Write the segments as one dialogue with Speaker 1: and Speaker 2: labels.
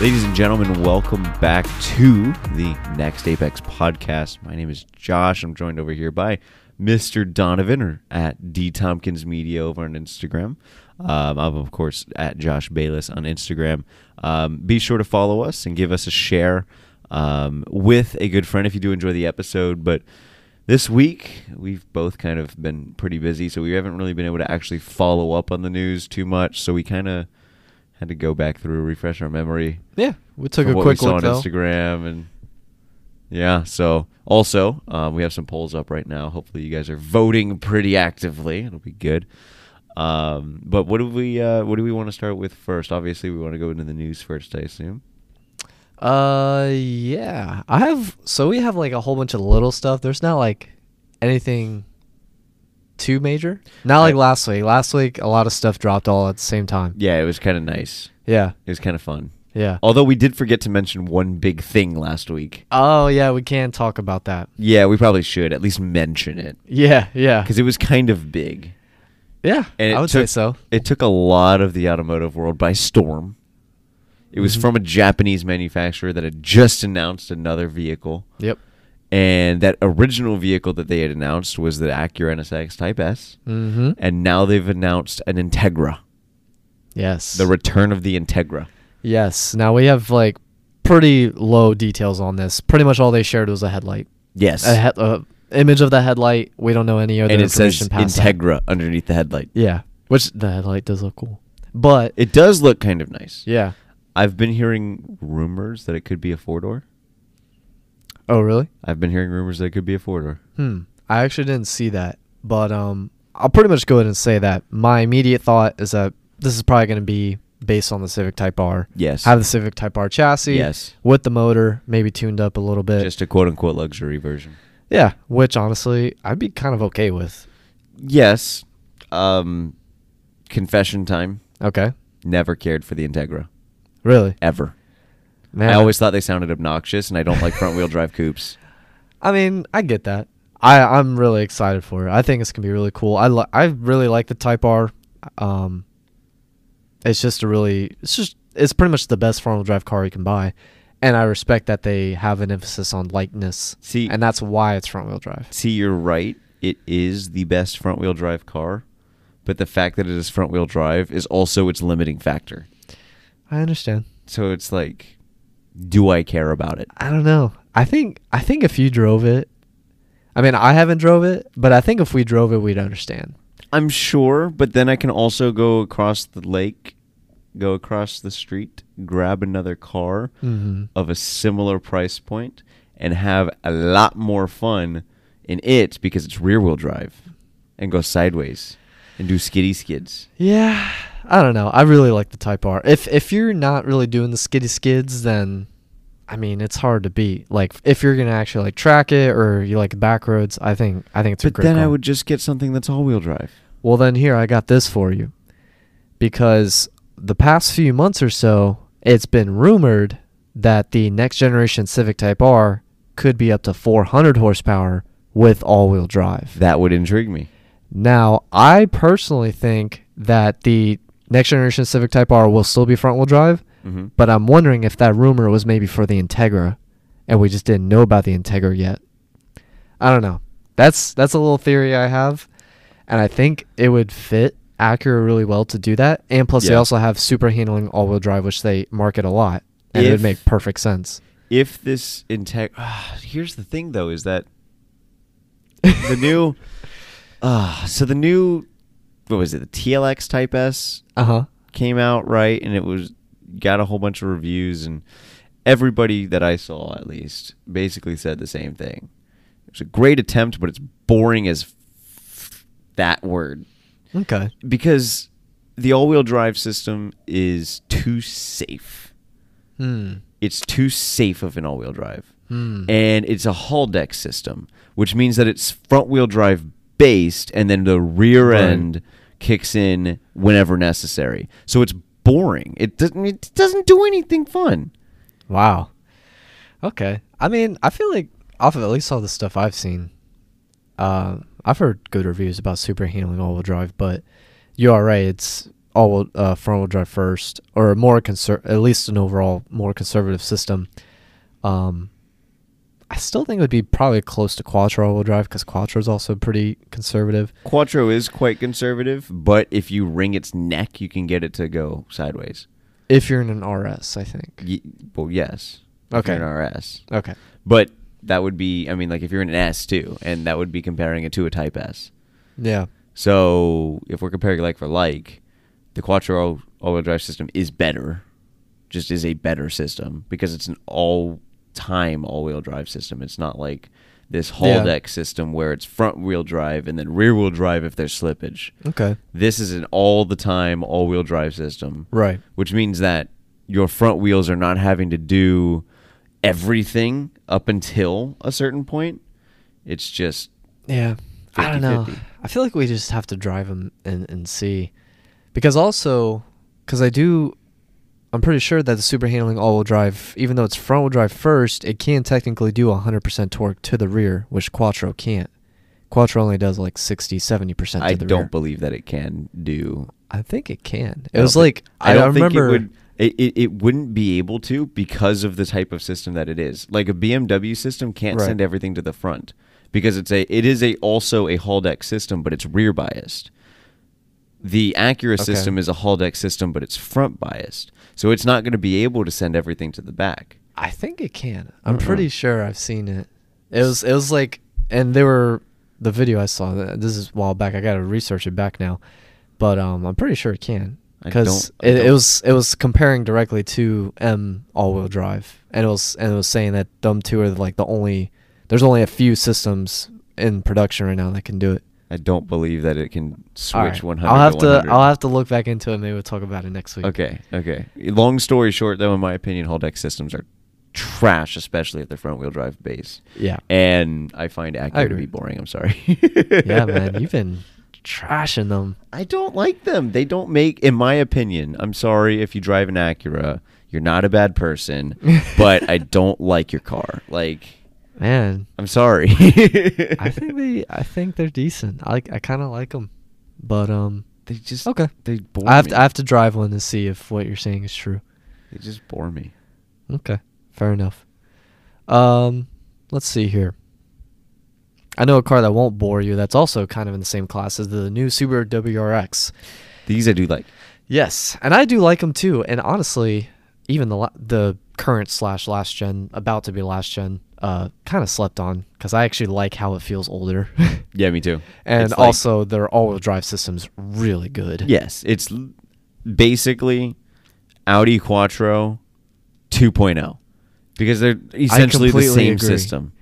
Speaker 1: Ladies and gentlemen, welcome back to the Next Apex podcast. My name is Josh. I'm joined over here by Mr. Donovan or at D Tompkins Media over on Instagram. Um, I'm of course at Josh Bayless on Instagram. Um, be sure to follow us and give us a share um, with a good friend if you do enjoy the episode. But this week, we've both kind of been pretty busy, so we haven't really been able to actually follow up on the news too much. So we kind of had to go back through, refresh our memory.
Speaker 2: Yeah, we took
Speaker 1: from
Speaker 2: a
Speaker 1: what
Speaker 2: quick
Speaker 1: we saw on
Speaker 2: look though.
Speaker 1: Instagram and yeah. So also, um, we have some polls up right now. Hopefully, you guys are voting pretty actively. It'll be good. Um, but what do we uh, what do we want to start with first? Obviously, we want to go into the news first. I assume.
Speaker 2: Uh, yeah, I have. So we have like a whole bunch of little stuff. There's not like anything too major. Not like
Speaker 1: I-
Speaker 2: last week. Last week, a lot of stuff dropped all at the same time.
Speaker 1: Yeah, it was kind of nice.
Speaker 2: Yeah,
Speaker 1: It was kind of fun.
Speaker 2: yeah.
Speaker 1: Although we did forget to mention one big thing last week.
Speaker 2: Oh yeah, we can talk about that.
Speaker 1: Yeah, we probably should at least mention it
Speaker 2: Yeah, yeah,
Speaker 1: because it was kind of big.
Speaker 2: yeah.
Speaker 1: And it
Speaker 2: I would say
Speaker 1: took-
Speaker 2: so.
Speaker 1: It took a lot of the automotive world by storm. It was
Speaker 2: Mhm.
Speaker 1: from a Japanese manufacturer that had just announced another vehicle.
Speaker 2: Yep.
Speaker 1: And that original vehicle that they had announced was the Acura NSX Type S.
Speaker 2: Mm-hmm.
Speaker 1: And now they've announced an Integra,
Speaker 2: yes.
Speaker 1: the return of the Integra.
Speaker 2: yes. Now we have like pretty low details on this. Pretty much all they shared was a headlight,
Speaker 1: Yes.
Speaker 2: a head, uh, image of the headlight. We don't know any other
Speaker 1: and it says
Speaker 2: information past that.
Speaker 1: Integra underneath the headlight.
Speaker 2: Yeah, which the headlight does look cool, but
Speaker 1: It does look kind of nice.
Speaker 2: yeah.
Speaker 1: I've been hearing rumors that it could be a four door.
Speaker 2: Oh really?
Speaker 1: I've been hearing rumors that it could be a four door.
Speaker 2: Hmm. I actually didn't see that, but um, I'll pretty much go ahead and say that my immediate thought is that this is probably going to be based on the Civic Type R.
Speaker 1: Yes.
Speaker 2: Have the Civic Type R chassis.
Speaker 1: Yes.
Speaker 2: With the motor, maybe tuned up a little bit.
Speaker 1: Just a quote unquote luxury version.
Speaker 2: yeah, which honestly I'd be kind of okay with.
Speaker 1: Yes. Um, confession time.
Speaker 2: Okay.
Speaker 1: Never cared for the Integra
Speaker 2: Really?
Speaker 1: ever.
Speaker 2: Man,
Speaker 1: I always thought they sounded obnoxious, and I don't like front wheel drive coupes.
Speaker 2: I mean, I get that. I I'm really excited for it. I think it's gonna be really cool. I li- I really like the Type R. Um, it's just a really it's just it's pretty much the best front wheel drive car you can buy, and I respect that they have an emphasis on lightness.
Speaker 1: See-
Speaker 2: and that's why it's front wheel drive.
Speaker 1: See, you're right. It is the best front wheel drive car, but the fact that it is front wheel drive is also its limiting factor.
Speaker 2: I understand.
Speaker 1: So it's like, do I care about it?
Speaker 2: I don't know. I think I think if you drove it, I mean, I haven't drove it, but I think if we drove it, we'd understand.
Speaker 1: I'm sure, but then I can also go across the lake, go across the street, grab another car
Speaker 2: Mm-hmm.
Speaker 1: of a similar price point, and have a lot more fun in it because it's rear wheel drive and go sideways and do skiddy skids.
Speaker 2: Yeah, I don't know. I really like the Type R. If if you're not really doing the skiddy skids, then I mean it's hard to beat. Like if you're gonna actually like track it or you like back roads, I think I think it's a
Speaker 1: But
Speaker 2: great.
Speaker 1: then I
Speaker 2: car.
Speaker 1: would just get something that's all wheel drive.
Speaker 2: Well, then here I got this for you, because the past few months or so, it's been rumored that the next generation Civic Type R could be up to 400 horsepower with all-wheel drive.
Speaker 1: That would intrigue me.
Speaker 2: Now, I personally think that the next generation Civic Type R will still be front wheel drive,
Speaker 1: Mm-hmm.
Speaker 2: but I'm wondering if that rumor was maybe for the Integra and we just didn't know about the Integra yet. I don't know. That's that's a little theory I have, and I think it would fit Acura really well to do that. And plus, they
Speaker 1: Yeah.
Speaker 2: also have super handling all wheel drive, which they market a lot, and it
Speaker 1: If-
Speaker 2: would make perfect sense.
Speaker 1: if this integ ah, here's the thing though is that the new uh so the new what was it the TLX Type S
Speaker 2: Uh huh.
Speaker 1: came out right and it was got a whole bunch of reviews and everybody that I saw at least basically said the same thing. It was a great attempt but it's boring as f- that word
Speaker 2: Okay.
Speaker 1: because the all-wheel drive system is too safe.
Speaker 2: Hmm.
Speaker 1: It's too safe of an all-wheel drive
Speaker 2: Hmm.
Speaker 1: and it's a hull deck system, which means that it's front wheel drive based, and then the rear
Speaker 2: Right.
Speaker 1: end kicks in whenever necessary. So it's boring. It doesn't. It doesn't do anything fun.
Speaker 2: Wow. Okay. I mean, I feel like off of at least all the stuff I've seen, uh, I've heard good reviews about super handling all wheel drive, but you are right. It's all wheel- uh, front wheel drive first, or a more conser- at least an overall more conservative system. Um, I still think it would be probably close to Quattro all wheel drive because Quattro is also pretty conservative.
Speaker 1: Quattro is quite conservative, but if you wring its neck, you can get it to go sideways.
Speaker 2: If you're in an RS, I think.
Speaker 1: Ye- well, yes.
Speaker 2: Okay.
Speaker 1: If you're an RS.
Speaker 2: Okay.
Speaker 1: But that would be, I mean, like if you're in an S too, and that would be comparing it to a Type S.
Speaker 2: Yeah.
Speaker 1: So if we're comparing like for like, the Quattro all-wheel drive system is better, just is a better system because it's an all-time all-wheel drive system. It's not like this
Speaker 2: Yeah.
Speaker 1: hall deck system where it's front-wheel drive and then rear-wheel drive if there's slippage.
Speaker 2: Okay.
Speaker 1: This is an all-the-time all-wheel drive system,
Speaker 2: Right.
Speaker 1: which means that your front wheels are not having to do everything up until a certain point. It's just
Speaker 2: Yeah. I don't know.
Speaker 1: 50-50.
Speaker 2: I feel like we just have to drive them and, and see. Because also, because I do, I'm pretty sure that the super handling all wheel drive, even though it's front wheel drive first, it can technically do 100% torque to the rear, which Quattro can't. Quattro only does like 60, 70% to
Speaker 1: I
Speaker 2: the
Speaker 1: don't
Speaker 2: rear.
Speaker 1: believe that it can do
Speaker 2: I think it can. It
Speaker 1: I don't
Speaker 2: was
Speaker 1: thi-
Speaker 2: like, I,
Speaker 1: don't
Speaker 2: remember.
Speaker 1: think it would. It, it, it wouldn't be able to because of the type of system that it is. Like a BMW system can't
Speaker 2: Right.
Speaker 1: send everything to the front because it's a it is a also a hall deck system, but it's rear biased. The Acura
Speaker 2: Okay.
Speaker 1: system is a hall deck system, but it's front biased, so it's not going to be able to send everything to the back.
Speaker 2: I think it can. I'm
Speaker 1: Mm-mm.
Speaker 2: pretty sure I've seen it. It was it was like, and they were the video I saw. th- This is a while back. I gotta research it back now, but um, I'm pretty sure it can
Speaker 1: I
Speaker 2: because
Speaker 1: don't- I
Speaker 2: it, it
Speaker 1: don't-
Speaker 2: was it was comparing directly to M all-wheel drive, and it was and it was saying that them two are like the only. There's only a few systems in production right now that can do it.
Speaker 1: I don't believe that it can switch
Speaker 2: All right.
Speaker 1: 100.
Speaker 2: I'll have to
Speaker 1: 100.
Speaker 2: I'll have to look back into it. Maybe we'll talk about it next week.
Speaker 1: Okay, okay. Long story short, though, in my opinion, hall deck systems are trash, especially if they're front wheel drive based.
Speaker 2: Yeah.
Speaker 1: And I find Acura to
Speaker 2: agree.
Speaker 1: be boring. I'm sorry.
Speaker 2: yeah, man, you've been trashing them.
Speaker 1: I don't like them. They don't make, in my opinion, I'm sorry if you drive an Acura, you're not a bad person, but I don't like your car. Like,
Speaker 2: Man,
Speaker 1: I'm sorry.
Speaker 2: I think they I think they're decent. I I kind of like them, but um,
Speaker 1: they just
Speaker 2: Okay.
Speaker 1: They bore
Speaker 2: I have
Speaker 1: me.
Speaker 2: to I have to drive one to see if what you're saying is true.
Speaker 1: They just bore me.
Speaker 2: Okay, fair enough. Um, let's see here. I know a car that won't bore you. That's also kind of in the same class as the new Subaru WRX.
Speaker 1: These I do like.
Speaker 2: Yes, and I do like them too. And honestly, even the la- the current slash last gen, about to be last gen, uh, kind of slept on because I actually like how it feels older.
Speaker 1: Yeah, me too.
Speaker 2: and
Speaker 1: It's like-
Speaker 2: also their all-wheel drive system's really good.
Speaker 1: Yes, it's l- basically Audi Quattro 2.0 because they're essentially the
Speaker 2: completely
Speaker 1: same
Speaker 2: agree.
Speaker 1: system.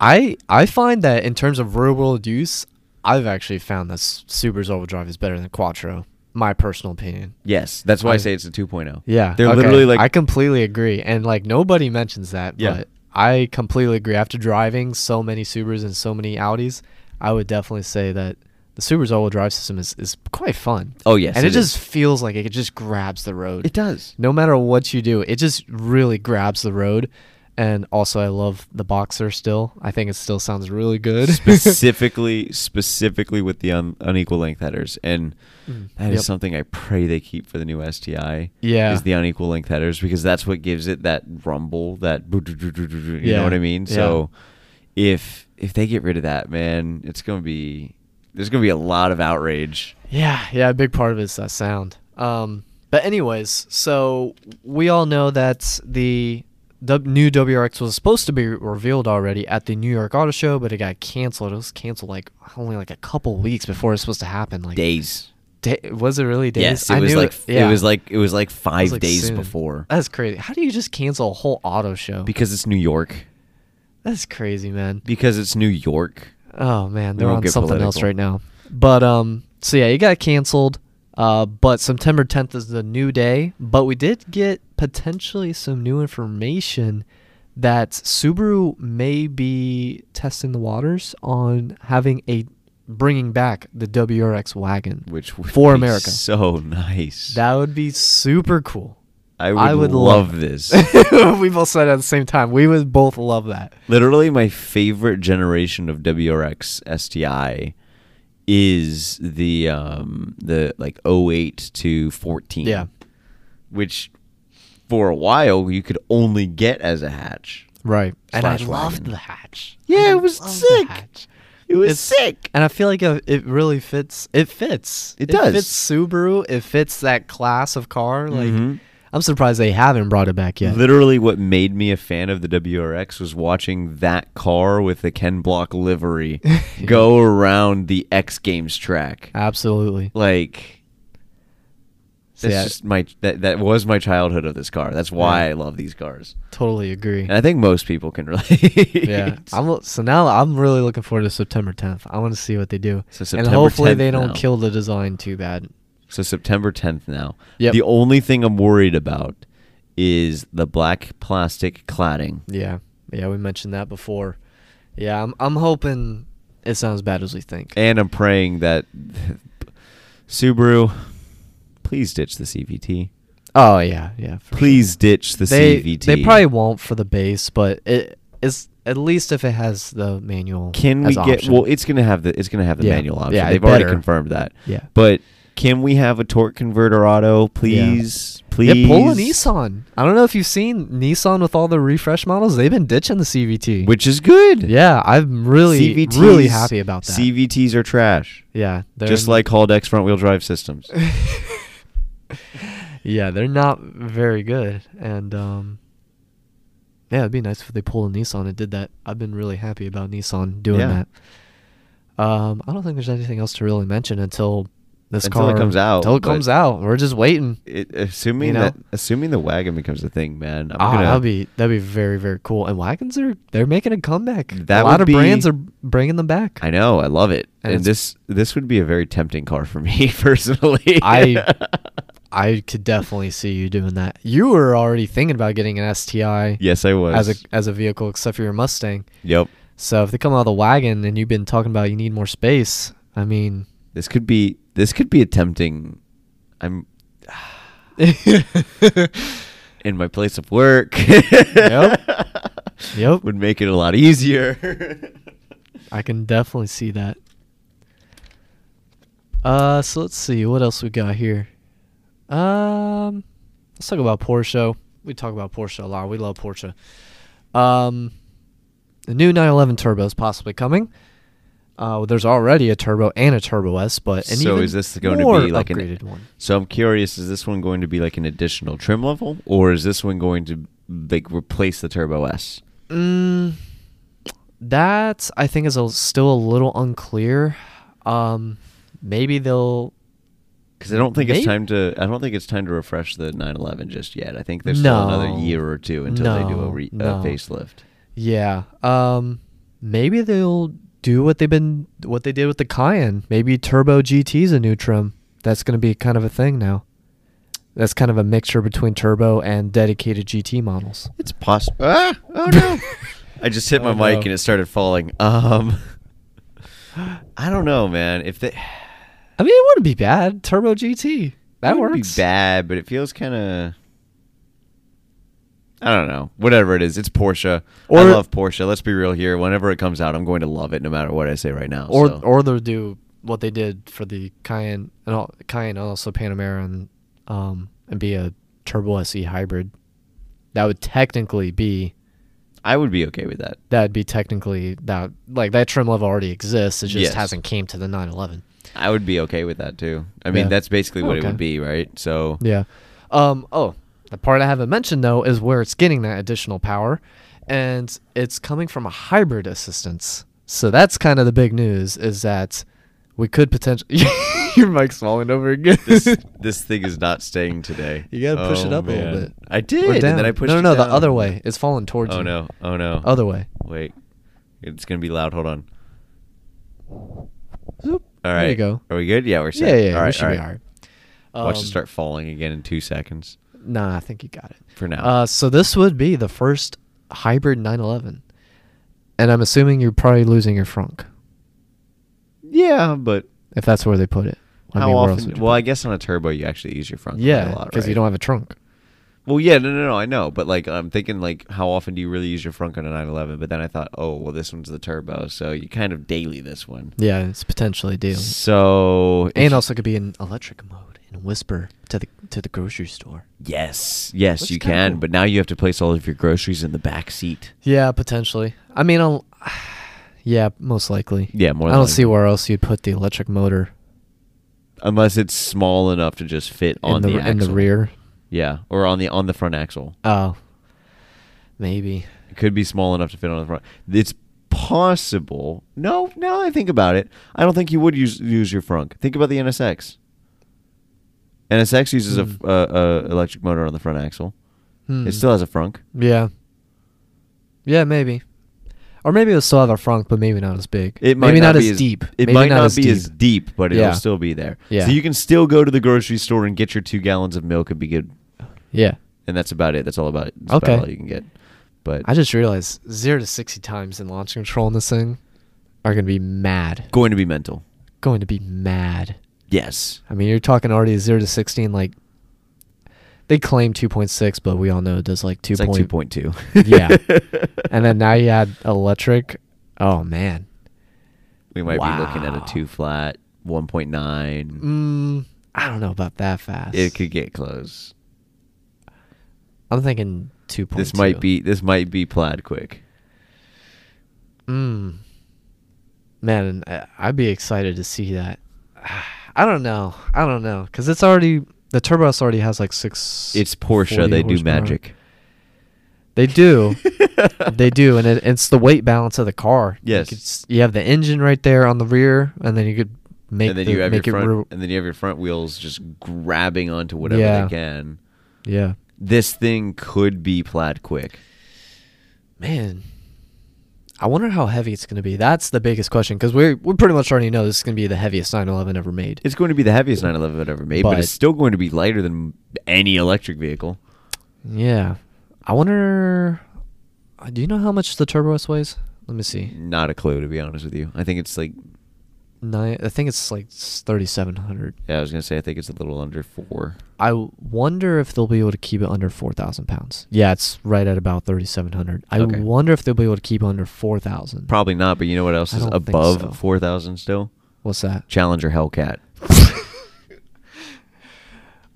Speaker 2: I I find that in terms of real-world use, I've actually found that S- Subaru's all-wheel drive is better than Quattro. My personal opinion.
Speaker 1: Yes, that's why I,
Speaker 2: I-
Speaker 1: say it's a oh. 2.0.
Speaker 2: Yeah,
Speaker 1: they're
Speaker 2: okay.
Speaker 1: literally like
Speaker 2: I completely agree, and like nobody mentions that.
Speaker 1: Yeah.
Speaker 2: but I completely agree. After driving so many Subarus and so many Audis, I would definitely say that the Subaru's all-wheel drive system is is quite fun.
Speaker 1: Oh, yes,
Speaker 2: and it,
Speaker 1: it is.
Speaker 2: just feels like it just grabs the road.
Speaker 1: it does.
Speaker 2: no matter what you do, it just really grabs the road. And also, I love the boxer still. I think it still sounds really good.
Speaker 1: specifically specifically with the un- unequal length headers and
Speaker 2: Mm.
Speaker 1: that is
Speaker 2: Yep.
Speaker 1: something i pray they keep for the new sti
Speaker 2: Yeah.
Speaker 1: is the unequal length headers because that's what gives it that rumble that boo- doo- doo- doo- doo- doo, you
Speaker 2: Yeah.
Speaker 1: know what i mean
Speaker 2: Yeah.
Speaker 1: so if if they get rid of that man it's gonna be there's gonna be a lot of outrage
Speaker 2: yeah, yeah, a big part of it is that sound. Um, but anyways, so we all know that the w- new WRX was supposed to be revealed already at the New York Auto Show, but it got canceled. It was canceled like only like a couple weeks before it was supposed to happen. Like
Speaker 1: days
Speaker 2: day, was it really days?
Speaker 1: yes it
Speaker 2: I
Speaker 1: was
Speaker 2: knew
Speaker 1: like
Speaker 2: yeah.
Speaker 1: it was like it was like
Speaker 2: It was,
Speaker 1: five
Speaker 2: like,
Speaker 1: days
Speaker 2: soon.
Speaker 1: before
Speaker 2: That's crazy. How do you just cancel a whole auto show?
Speaker 1: because it's new york
Speaker 2: That's crazy, man.
Speaker 1: because it's new york
Speaker 2: Oh man,
Speaker 1: We
Speaker 2: they're
Speaker 1: won't
Speaker 2: on
Speaker 1: get
Speaker 2: something else
Speaker 1: political.
Speaker 2: right now. But um, so yeah, it got canceled. Uh, but September 10th is the new day. But we did get potentially some new information that Subaru may be testing the waters on having a bringing back the WRX wagon
Speaker 1: which would
Speaker 2: for
Speaker 1: be
Speaker 2: America.
Speaker 1: so nice
Speaker 2: That would be super cool.
Speaker 1: I would,
Speaker 2: I would
Speaker 1: love,
Speaker 2: love
Speaker 1: this.
Speaker 2: we both said it at the same time. We would both love that.
Speaker 1: Literally, my favorite generation of WRX STI is the um the like 08 to 14.
Speaker 2: Yeah.
Speaker 1: Which for a while you could only get as a hatch.
Speaker 2: Right. And I
Speaker 1: Slash
Speaker 2: loved
Speaker 1: wagon.
Speaker 2: the hatch.
Speaker 1: Yeah,
Speaker 2: I
Speaker 1: it was
Speaker 2: loved the
Speaker 1: sick.
Speaker 2: hatch.
Speaker 1: It was
Speaker 2: It's-
Speaker 1: sick.
Speaker 2: And I feel like uh, it really fits. It fits.
Speaker 1: It does.
Speaker 2: fits Subaru. It fits that class of car. Like
Speaker 1: Mhm.
Speaker 2: I'm surprised they haven't brought it back yet.
Speaker 1: Literally, what made me a fan of the WRX was watching that car with the Ken Block livery go around the X Games track.
Speaker 2: Absolutely.
Speaker 1: Like,
Speaker 2: So,
Speaker 1: that's
Speaker 2: yeah,
Speaker 1: just my that, that was my childhood of this car. That's why
Speaker 2: Yeah.
Speaker 1: I love these cars,
Speaker 2: totally agree.
Speaker 1: and I think most people can relate.
Speaker 2: yeah. I'm lo- so now I'm really looking forward to September 10th. I want to see what they do.
Speaker 1: So
Speaker 2: and
Speaker 1: September
Speaker 2: hopefully
Speaker 1: 10th
Speaker 2: they don't
Speaker 1: now.
Speaker 2: kill the design too bad.
Speaker 1: So September 10th now.
Speaker 2: Yep.
Speaker 1: The only thing I'm worried about is the black plastic cladding.
Speaker 2: Yeah. Yeah, we mentioned that before. Yeah, I'm I'm hoping it sounds as bad as we think.
Speaker 1: And I'm praying that Subaru, please ditch the CVT.
Speaker 2: oh yeah, yeah. for sure.
Speaker 1: Please ditch the
Speaker 2: they,
Speaker 1: CVT.
Speaker 2: They probably won't for the base, but it is at least if it has the manual.
Speaker 1: Can we
Speaker 2: as
Speaker 1: get?
Speaker 2: an option.
Speaker 1: Well, it's gonna have the it's gonna have the
Speaker 2: Yeah.
Speaker 1: manual option.
Speaker 2: Yeah, it
Speaker 1: They've already
Speaker 2: better.
Speaker 1: confirmed that.
Speaker 2: Yeah.
Speaker 1: But can we have a torque converter auto, please? Please.
Speaker 2: Yeah, pull a Nissan. I don't know if you've seen Nissan with all the refresh models. They've been ditching the CVT.
Speaker 1: which is good.
Speaker 2: yeah, I'm really
Speaker 1: CVTs,
Speaker 2: really happy about that.
Speaker 1: CVTs are trash.
Speaker 2: yeah, they're
Speaker 1: Just like Haldex front wheel drive systems.
Speaker 2: yeah, they're not very good, and um, yeah, it'd be nice if they pulled a Nissan and did that. I've been really happy about Nissan doing
Speaker 1: Yeah.
Speaker 2: that. Um, I don't think there's anything else to really mention until this
Speaker 1: Until
Speaker 2: car
Speaker 1: it comes out,
Speaker 2: Until it
Speaker 1: but-
Speaker 2: comes out, we're just waiting.
Speaker 1: It, assuming
Speaker 2: You know?
Speaker 1: that assuming the wagon becomes a thing, man, I'm
Speaker 2: Ah,
Speaker 1: gonna
Speaker 2: that'd be that'd be very very cool. And wagons are they're making a comeback.
Speaker 1: That
Speaker 2: a lot
Speaker 1: would
Speaker 2: of brands
Speaker 1: be-
Speaker 2: are bringing them back.
Speaker 1: I know, I love it.
Speaker 2: And
Speaker 1: And,
Speaker 2: it's-
Speaker 1: this this would be a very tempting car for me personally.
Speaker 2: I I could definitely see you doing that. You were already thinking about getting an STI
Speaker 1: yes, I was.
Speaker 2: as a as a vehicle, except for your Mustang.
Speaker 1: yep.
Speaker 2: So if they come out of the wagon and you've been talking about you need more space, I mean,
Speaker 1: This could be this could be a tempting. I'm in my place of work.
Speaker 2: Yep. Yep.
Speaker 1: Would make it a lot easier.
Speaker 2: I can definitely see that. Uh, so let's see what else we got here. Um, let's talk about Porsche. We talk about Porsche a lot. We love Porsche. Um, the new 911 Turbo is possibly coming. Uh, well, there's already a Turbo and a Turbo S, but an
Speaker 1: so
Speaker 2: even
Speaker 1: is this going
Speaker 2: more
Speaker 1: to be like
Speaker 2: upgraded
Speaker 1: an,
Speaker 2: one?
Speaker 1: So I'm curious, is this one going to be like an additional trim level, or is this one going to like replace the Turbo S?
Speaker 2: Mm, that I think is a, still a little unclear. Um, maybe they'll
Speaker 1: Because I don't think
Speaker 2: Maybe-
Speaker 1: it's time to. I don't think it's time to refresh the 911 just yet. I think there's still
Speaker 2: No.
Speaker 1: another year or two until they do
Speaker 2: No,
Speaker 1: a, re-
Speaker 2: no.
Speaker 1: a facelift.
Speaker 2: Yeah. Um maybe they'll do what they've been what they did with the Cayenne. Maybe Turbo GT's a new trim. That's going to be kind of a thing now. That's kind of a mixture between turbo and dedicated GT models.
Speaker 1: It's possible. Ah! Oh no! I just hit my
Speaker 2: Oh,
Speaker 1: mic
Speaker 2: no.
Speaker 1: and it started falling. Um, I don't know, man. If they
Speaker 2: I mean, it wouldn't be bad. Turbo GT. That
Speaker 1: it would
Speaker 2: works.
Speaker 1: be bad, but it feels kind of. I don't know. Whatever it is, it's Porsche.
Speaker 2: Or-
Speaker 1: I love Porsche. Let's be real here. Whenever it comes out, I'm going to love it, no matter what I say right now.
Speaker 2: Or
Speaker 1: so.
Speaker 2: or they'll do what they did for the Cayenne and all, Cayenne and also Panamera and um and be a turbo SE hybrid. That would technically be
Speaker 1: I would be okay with that.
Speaker 2: that'd be technically that like that trim level already exists. It just
Speaker 1: Yes.
Speaker 2: hasn't came to the 911.
Speaker 1: I would be okay with that too. I mean,
Speaker 2: Yeah.
Speaker 1: that's basically what it
Speaker 2: Okay.
Speaker 1: would be, right? So
Speaker 2: Yeah. Um. Oh, the part I haven't mentioned though is where it's getting that additional power, and it's coming from a hybrid assistance. So that's kind of the big news is that we could potentially. Your mic's falling over again.
Speaker 1: this this thing is not staying today. Oh,
Speaker 2: You gotta push it up a little bit.
Speaker 1: I did,
Speaker 2: Or
Speaker 1: and
Speaker 2: down.
Speaker 1: then I pushed.
Speaker 2: No, no,
Speaker 1: it
Speaker 2: no. The
Speaker 1: down.
Speaker 2: other way. It's falling towards
Speaker 1: Oh
Speaker 2: you.
Speaker 1: no! Oh no!
Speaker 2: Other way.
Speaker 1: Wait, it's gonna be loud. Hold on.
Speaker 2: Zoop.
Speaker 1: All right.
Speaker 2: There you go.
Speaker 1: Are we good? Yeah, we're set.
Speaker 2: Yeah, yeah. yeah.
Speaker 1: All
Speaker 2: we
Speaker 1: right,
Speaker 2: should
Speaker 1: all
Speaker 2: be
Speaker 1: right.
Speaker 2: alright.
Speaker 1: Watch
Speaker 2: Um,
Speaker 1: it start falling again in two seconds.
Speaker 2: Nah, I think you got it.
Speaker 1: For now.
Speaker 2: Uh, so this would be the first hybrid 911, and I'm assuming you're probably losing your frunk
Speaker 1: Yeah, but
Speaker 2: if that's where they put it. I
Speaker 1: how
Speaker 2: mean, where else
Speaker 1: often?
Speaker 2: would you
Speaker 1: Well,
Speaker 2: put
Speaker 1: I
Speaker 2: it?
Speaker 1: guess on a turbo you actually use your front. quite
Speaker 2: yeah,
Speaker 1: a lot,
Speaker 2: because you
Speaker 1: right?
Speaker 2: don't have a trunk.
Speaker 1: Well, yeah, no, no, no, I know, but like I'm thinking, like how often do you really use your frunk on a 911? But then I thought, oh, well, this one's the turbo, so you kind of daily this one.
Speaker 2: Yeah, it's potentially daily.
Speaker 1: So if
Speaker 2: and
Speaker 1: you-
Speaker 2: also could be in electric mode and whisper to the to the grocery store.
Speaker 1: yes, yes,
Speaker 2: Which
Speaker 1: you
Speaker 2: is kinda
Speaker 1: can,
Speaker 2: cool.
Speaker 1: but now you have to place all of your groceries in the back seat.
Speaker 2: Yeah, potentially. I mean, I'll, yeah, most likely.
Speaker 1: Yeah, more
Speaker 2: I don't
Speaker 1: likely.
Speaker 2: see where else you'd put the electric motor
Speaker 1: unless it's small enough to just fit on
Speaker 2: in the, in the
Speaker 1: axle.
Speaker 2: rear.
Speaker 1: Yeah, or on the on the front axle.
Speaker 2: Oh, maybe.
Speaker 1: It could be small enough to fit on the front. It's possible. No, now that I think about it, I don't think you would use use your frunk. Think about the NSX. NSX uses a f
Speaker 2: Hmm.
Speaker 1: a a, a electric motor on the front axle.
Speaker 2: Hmm.
Speaker 1: It still has a frunk.
Speaker 2: Yeah. Yeah, maybe. Or maybe it'll still have a frunk, but maybe not as big.
Speaker 1: It might
Speaker 2: maybe
Speaker 1: not, be
Speaker 2: as deep.
Speaker 1: It
Speaker 2: Maybe
Speaker 1: might not, be as deep, but it'll
Speaker 2: Yeah.
Speaker 1: still be there.
Speaker 2: Yeah.
Speaker 1: So you can still go to the grocery store and get your two gallons of milk and be good.
Speaker 2: Yeah.
Speaker 1: And that's about it. That's all about it. That's about
Speaker 2: Okay.
Speaker 1: all you can get. But
Speaker 2: I just realized zero to sixty times in launch control in this thing are gonna be mad.
Speaker 1: going to be mental.
Speaker 2: going to be mad.
Speaker 1: Yes.
Speaker 2: I mean, you're talking already zero to sixty in like. They claim two point six, but we all know it does like two
Speaker 1: It's like two point
Speaker 2: point
Speaker 1: two.
Speaker 2: Yeah. And then now you add electric. Oh man.
Speaker 1: we might be looking at
Speaker 2: Wow.
Speaker 1: a two flat, one point nine.
Speaker 2: Mm, I don't know about that fast.
Speaker 1: It could get close.
Speaker 2: I'm thinking two point.
Speaker 1: This might be this might be plaid quick.
Speaker 2: Mm. Man, I- I'd be excited to see that. I don't know. I don't know because it's already the turbo S already has like six.
Speaker 1: It's Porsche.
Speaker 2: 40
Speaker 1: They do
Speaker 2: horsepower.
Speaker 1: magic.
Speaker 2: They do. they do, and it, it's the weight balance of the car.
Speaker 1: Yes.
Speaker 2: you, could s- you have the engine right there on the rear, and then you could make
Speaker 1: and then
Speaker 2: the-
Speaker 1: you have your
Speaker 2: make it
Speaker 1: front,
Speaker 2: ro-
Speaker 1: and then you have your front wheels just grabbing onto whatever
Speaker 2: Yeah.
Speaker 1: they can.
Speaker 2: yeah,
Speaker 1: This thing could be plaid quick.
Speaker 2: man. I wonder how heavy it's going to be. That's the biggest question because we we pretty much already know this is going to be the heaviest 911 ever made.
Speaker 1: It's going to be the heaviest 911 I've ever made, but, it's
Speaker 2: But-
Speaker 1: still going to be lighter than any electric vehicle.
Speaker 2: yeah, I wonder. uh, Do you know how much the turbo S weighs? Let me see.
Speaker 1: Not a clue, to be honest with you. I think it's like
Speaker 2: Nine, I think it's like 3,700.
Speaker 1: yeah, I was gonna say I think it's a little under four.
Speaker 2: I w- wonder if they'll be able to keep it under 4,000 pounds. Yeah, it's right at about 3,700. I
Speaker 1: Okay.
Speaker 2: wonder if they'll be able to keep it under 4,000.
Speaker 1: Probably not, but you know what else
Speaker 2: I
Speaker 1: is
Speaker 2: don't think
Speaker 1: above
Speaker 2: so.
Speaker 1: four thousand still?
Speaker 2: What's that?
Speaker 1: Challenger Hellcat.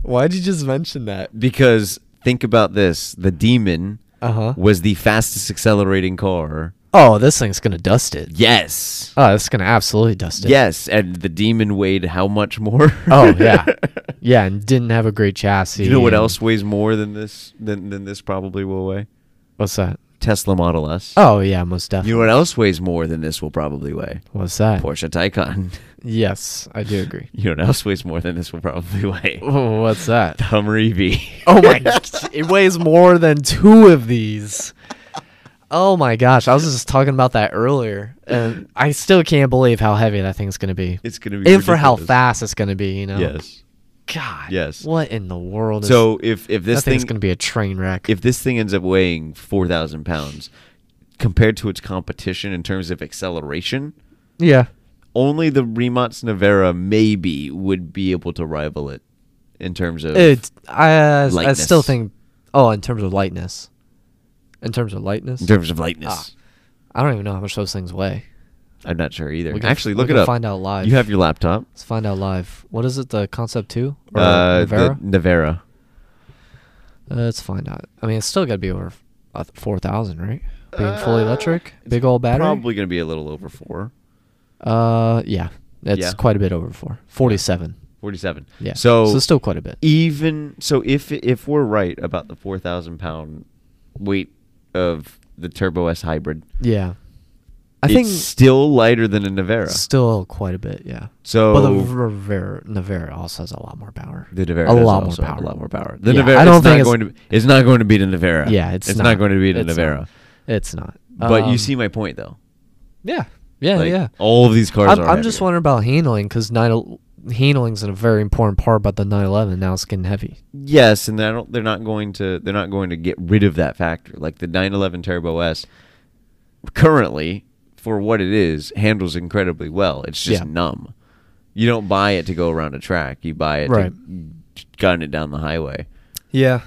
Speaker 2: Why'd you just mention that?
Speaker 1: Because think about this: the Demon
Speaker 2: Uh huh.
Speaker 1: was the fastest accelerating car.
Speaker 2: Oh, this thing's going to dust it.
Speaker 1: Yes.
Speaker 2: Oh, this is going to absolutely dust it.
Speaker 1: Yes, and the Demon weighed how much more?
Speaker 2: Oh, yeah. yeah, and didn't have a great chassis.
Speaker 1: you know what
Speaker 2: and-
Speaker 1: else weighs more than this? Than than this probably will weigh?
Speaker 2: What's that?
Speaker 1: Tesla Model S.
Speaker 2: Oh, yeah, most definitely.
Speaker 1: You know what else weighs more than this will probably weigh?
Speaker 2: What's that?
Speaker 1: Porsche Taycan.
Speaker 2: Yes, I do agree.
Speaker 1: You know what else weighs more than this will probably weigh?
Speaker 2: Oh, What's that?
Speaker 1: The Hummer E EV.
Speaker 2: Oh my! it weighs more than two of these. Oh my gosh! I was just talking about that earlier, and I still can't believe how heavy that thing's going to be,
Speaker 1: It's gonna be
Speaker 2: and for how
Speaker 1: ridiculous.
Speaker 2: fast it's going to be. You know?
Speaker 1: Yes.
Speaker 2: God.
Speaker 1: Yes.
Speaker 2: What in the world? Is,
Speaker 1: So if if this
Speaker 2: that thing's
Speaker 1: thing
Speaker 2: going to be a train wreck.
Speaker 1: if this thing ends up weighing 4,000 pounds compared to its competition in terms of acceleration,
Speaker 2: yeah.
Speaker 1: only the Remont's Navara maybe would be able to rival it in terms of.
Speaker 2: It. I. I
Speaker 1: Lightness.
Speaker 2: still think. Oh, in terms of lightness. In terms of lightness.
Speaker 1: in terms of lightness.
Speaker 2: Ah. I don't even know how much those things weigh.
Speaker 1: I'm not sure either.
Speaker 2: We can-
Speaker 1: Actually,
Speaker 2: we
Speaker 1: look
Speaker 2: can
Speaker 1: it up.
Speaker 2: find out live.
Speaker 1: You have your laptop.
Speaker 2: Let's find out live. What is it? The concept two or
Speaker 1: Uh,
Speaker 2: Navara?
Speaker 1: The Navara.
Speaker 2: Uh, Let's find out. I mean, it's still got to be over f- uh, 4,000, right? Being fully electric?
Speaker 1: Uh, It's
Speaker 2: Big old battery?
Speaker 1: Probably going to be a little over four.
Speaker 2: Uh, yeah. That's
Speaker 1: Yeah.
Speaker 2: quite a bit over 4. 47.
Speaker 1: 47.
Speaker 2: Yeah.
Speaker 1: So,
Speaker 2: so still quite a bit.
Speaker 1: even so if if we're right about the 4000 pound weight of the turbo s hybrid
Speaker 2: yeah. I
Speaker 1: it's
Speaker 2: think
Speaker 1: still lighter than a navara
Speaker 2: still quite a bit, yeah.
Speaker 1: so
Speaker 2: but the Navara, Navara also has a lot more power.
Speaker 1: the Navara
Speaker 2: a
Speaker 1: does
Speaker 2: lot
Speaker 1: also
Speaker 2: more
Speaker 1: have
Speaker 2: power.
Speaker 1: a lot more power the
Speaker 2: Yeah,
Speaker 1: navara
Speaker 2: I don't
Speaker 1: it's
Speaker 2: think
Speaker 1: not
Speaker 2: it's-
Speaker 1: going to it's not going to beat a navara
Speaker 2: Yeah, it's
Speaker 1: it's
Speaker 2: not,
Speaker 1: not, going to beat a
Speaker 2: it's
Speaker 1: navara
Speaker 2: not. It's not.
Speaker 1: but
Speaker 2: Um,
Speaker 1: you see my point though
Speaker 2: Yeah. Yeah,
Speaker 1: Like,
Speaker 2: yeah.
Speaker 1: all of these cars
Speaker 2: I'm,
Speaker 1: are
Speaker 2: I'm just
Speaker 1: heavier.
Speaker 2: wondering about handling because handling's a very important part about the 911. Now it's getting heavy.
Speaker 1: Yes, and I don't. They're not going to. They're not going to get rid of that factor. Like the 911 Turbo S, currently for what it is, handles incredibly well. It's just
Speaker 2: Yeah.
Speaker 1: numb. You don't buy it to go around a track. You buy it
Speaker 2: Right.
Speaker 1: to gun it down the highway.
Speaker 2: Yeah.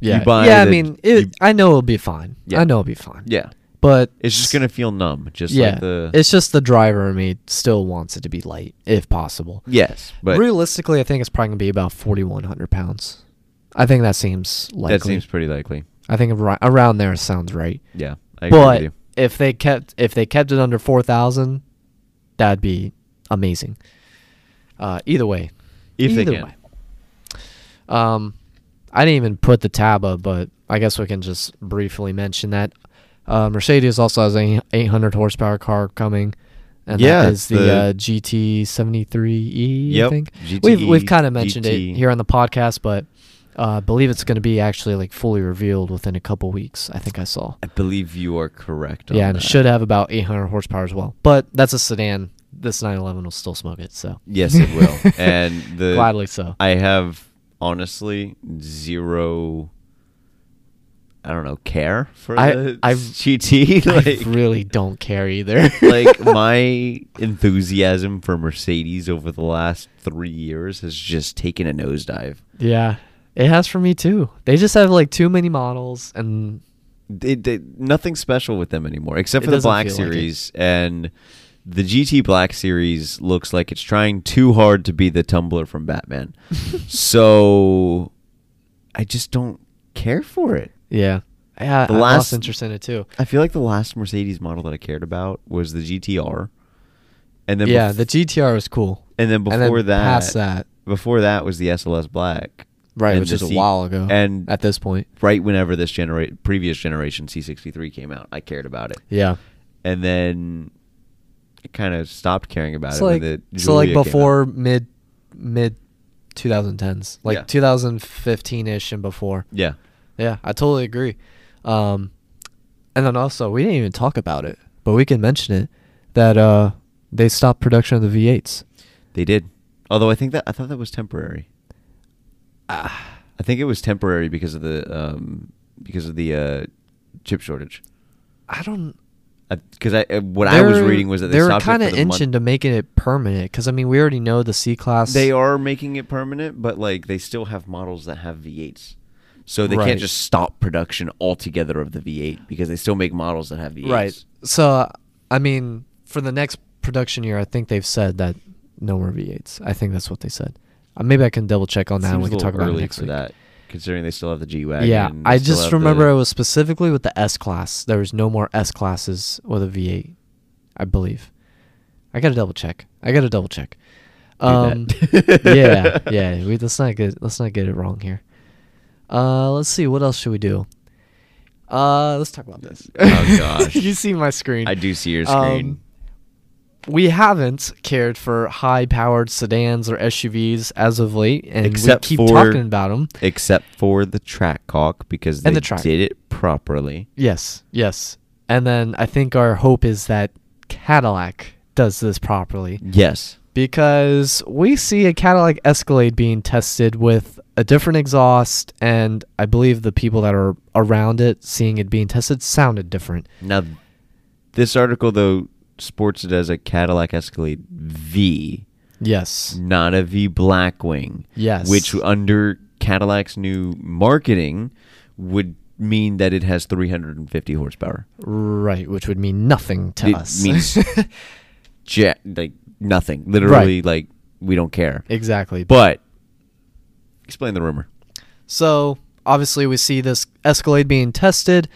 Speaker 2: Yeah.
Speaker 1: You buy
Speaker 2: yeah, I
Speaker 1: the-
Speaker 2: mean, it,
Speaker 1: you-
Speaker 2: I know it'll be fine.
Speaker 1: Yeah.
Speaker 2: I know it'll be fine.
Speaker 1: Yeah.
Speaker 2: But
Speaker 1: It's just gonna feel numb, just
Speaker 2: yeah,
Speaker 1: like the
Speaker 2: it's just the driver in me still wants it to be light if possible.
Speaker 1: yes, but
Speaker 2: Realistically, I think it's probably gonna be about forty one hundred pounds. I think that seems likely.
Speaker 1: that seems pretty likely.
Speaker 2: I think ar- around there sounds right.
Speaker 1: Yeah, I agree with
Speaker 2: But
Speaker 1: you.
Speaker 2: if they kept if they kept it under four thousand, that'd be amazing. Uh, either way,
Speaker 1: If they
Speaker 2: either
Speaker 1: can,
Speaker 2: way. Um, I didn't even put the tab up, but I guess we can just briefly mention that uh, Mercedes also has a 800 horsepower car coming, and
Speaker 1: Yeah,
Speaker 2: that is the,
Speaker 1: the-
Speaker 2: uh, GT73E. E, I
Speaker 1: Yep, E
Speaker 2: think we've we've
Speaker 1: GTE,
Speaker 2: kind of mentioned
Speaker 1: GT.
Speaker 2: it here on the podcast, but uh, I believe it's going to be actually like fully revealed within a couple weeks. I think I saw.
Speaker 1: I believe you are correct.
Speaker 2: Yeah,
Speaker 1: on
Speaker 2: and
Speaker 1: that.
Speaker 2: it should have about 800 horsepower as well. But that's a sedan. This 911 will still smoke it. So
Speaker 1: Yes, it will. and the
Speaker 2: gladly so.
Speaker 1: I have honestly zero. I don't know care for
Speaker 2: I-
Speaker 1: the
Speaker 2: I-
Speaker 1: GT.
Speaker 2: I really don't care either.
Speaker 1: like my enthusiasm for Mercedes over the last three years has just taken a nosedive.
Speaker 2: yeah, it has for me too. They just have like too many models, and
Speaker 1: They, they, nothing special with them anymore, except
Speaker 2: It
Speaker 1: for the
Speaker 2: doesn't
Speaker 1: Black
Speaker 2: feel like it.
Speaker 1: Series and the GT Black Series looks like it's trying too hard to be the Tumbler from Batman. so I just don't care for it.
Speaker 2: yeah, yeah,
Speaker 1: The
Speaker 2: I
Speaker 1: last-
Speaker 2: lost interest in it too.
Speaker 1: I feel like the last Mercedes model that I cared about was the GTR, and then
Speaker 2: yeah,
Speaker 1: bef-
Speaker 2: the GTR was cool,
Speaker 1: and then before
Speaker 2: and then
Speaker 1: that,
Speaker 2: past that,
Speaker 1: before that was the SLS Black,
Speaker 2: right,
Speaker 1: and
Speaker 2: which
Speaker 1: the
Speaker 2: is a
Speaker 1: C-
Speaker 2: while ago.
Speaker 1: and
Speaker 2: at this point,
Speaker 1: right whenever this genera- previous generation C63 came out, I cared about it,
Speaker 2: yeah,
Speaker 1: and then I kind of stopped caring about
Speaker 2: so
Speaker 1: it.
Speaker 2: like,
Speaker 1: when the
Speaker 2: so like
Speaker 1: Giulia came out.
Speaker 2: before mid mid 2010s, like
Speaker 1: Yeah.
Speaker 2: 2015 ish and before.
Speaker 1: yeah,
Speaker 2: Yeah, I totally agree. Um, and then also, we didn't even talk about it, but we can mention it that uh, they stopped production of the V8s.
Speaker 1: they did. Although I think that I thought that was temporary. I think it was temporary because of the um, because of the uh, chip shortage.
Speaker 2: I don't.
Speaker 1: Because I, uh what I was
Speaker 2: they're-
Speaker 1: reading was that they,
Speaker 2: they were
Speaker 1: stopped it
Speaker 2: kind of
Speaker 1: for the month-
Speaker 2: inching to making it permanent because I mean we already know the C class.
Speaker 1: They are making it permanent, but like they still have models that have V8s. So they
Speaker 2: Right.
Speaker 1: can't just stop production altogether of the V8 because they still make models that have V8s.
Speaker 2: right. So I mean, for the next production year, I think they've said that no more V8s. I think that's what they said. Uh, maybe I can double check on that.
Speaker 1: Seems
Speaker 2: and
Speaker 1: a
Speaker 2: We can
Speaker 1: little
Speaker 2: talk about it
Speaker 1: early
Speaker 2: next
Speaker 1: for
Speaker 2: week.
Speaker 1: that, considering they still have the G wagon.
Speaker 2: yeah, I just remember it was specifically with the S class. There was no more S classes with a V8, I believe. I gotta double check. I gotta double check.
Speaker 1: Do that.
Speaker 2: Um, yeah, yeah. We, let's not get let's not get it wrong here. Uh, let's see. What else should we do? Uh, let's talk about this.
Speaker 1: Oh, gosh.
Speaker 2: you see my screen?
Speaker 1: I do see your
Speaker 2: Um,
Speaker 1: screen.
Speaker 2: we haven't cared for high-powered sedans or SUVs as of late, and
Speaker 1: Except
Speaker 2: we keep
Speaker 1: for-
Speaker 2: talking about them.
Speaker 1: Except for the track cock because they
Speaker 2: And the track.
Speaker 1: did it properly.
Speaker 2: Yes, yes. And then I think our hope is that Cadillac does this properly
Speaker 1: Yes.
Speaker 2: because we see a Cadillac Escalade being tested with a different exhaust, and I believe the people that are around it seeing it being tested sounded different.
Speaker 1: Now, this article, though, sports it as a Cadillac Escalade V,
Speaker 2: Yes.
Speaker 1: not a V Blackwing.
Speaker 2: Yes.
Speaker 1: which under Cadillac's new marketing would mean that it has 350 horsepower.
Speaker 2: right, which would mean nothing to
Speaker 1: It
Speaker 2: us.
Speaker 1: means jet like nothing. Literally
Speaker 2: Right.
Speaker 1: like we don't care.
Speaker 2: exactly.
Speaker 1: But explain the rumor.
Speaker 2: So obviously, we see this Escalade being tested,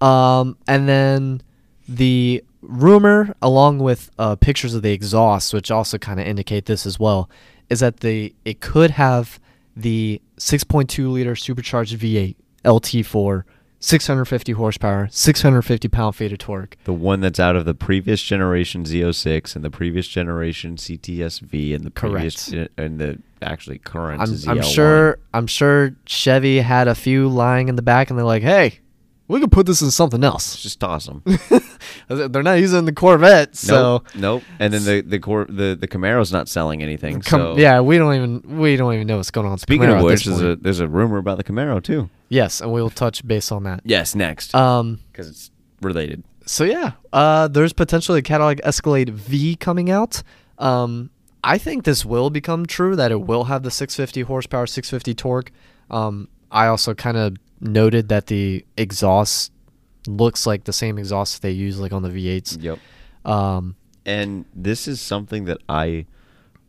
Speaker 2: um, and then the rumor, along with uh, pictures of the exhaust, which also kind of indicate this as well, is that the it could have the 6.2 liter supercharged V8 LT4, 650 horsepower, 650 pound feet of torque.
Speaker 1: The one that's out of the previous generation Z06 and the previous generation CTSV and the previous
Speaker 2: Correct.
Speaker 1: and the actually current
Speaker 2: I'm,
Speaker 1: ZL1.
Speaker 2: I'm sure I'm sure Chevy had a few lying in the back, and they're like, "Hey, we could put this in something
Speaker 1: It's
Speaker 2: else."
Speaker 1: just awesome.
Speaker 2: they're not using the Corvette, so.
Speaker 1: nope, nope. And then the the core the the Camaro's not selling anything.
Speaker 2: Com-
Speaker 1: so
Speaker 2: Yeah, we don't even we don't even know what's going on. with the
Speaker 1: Speaking of
Speaker 2: Camaro at
Speaker 1: which,
Speaker 2: this
Speaker 1: there's a,
Speaker 2: point.
Speaker 1: there's a rumor about the Camaro too. Uh,
Speaker 2: yes, and we'll touch base on that.
Speaker 1: Yes, next.
Speaker 2: Um,
Speaker 1: Because it's related.
Speaker 2: so yeah, uh, there's potentially a Cadillac Escalade V coming out. Um, I think this will become true that it will have the 650 horsepower, 650 torque. Um, I also kind of noted that the exhaust looks like the same exhaust they use like on the V8s.
Speaker 1: Yep.
Speaker 2: Um,
Speaker 1: And this is something that I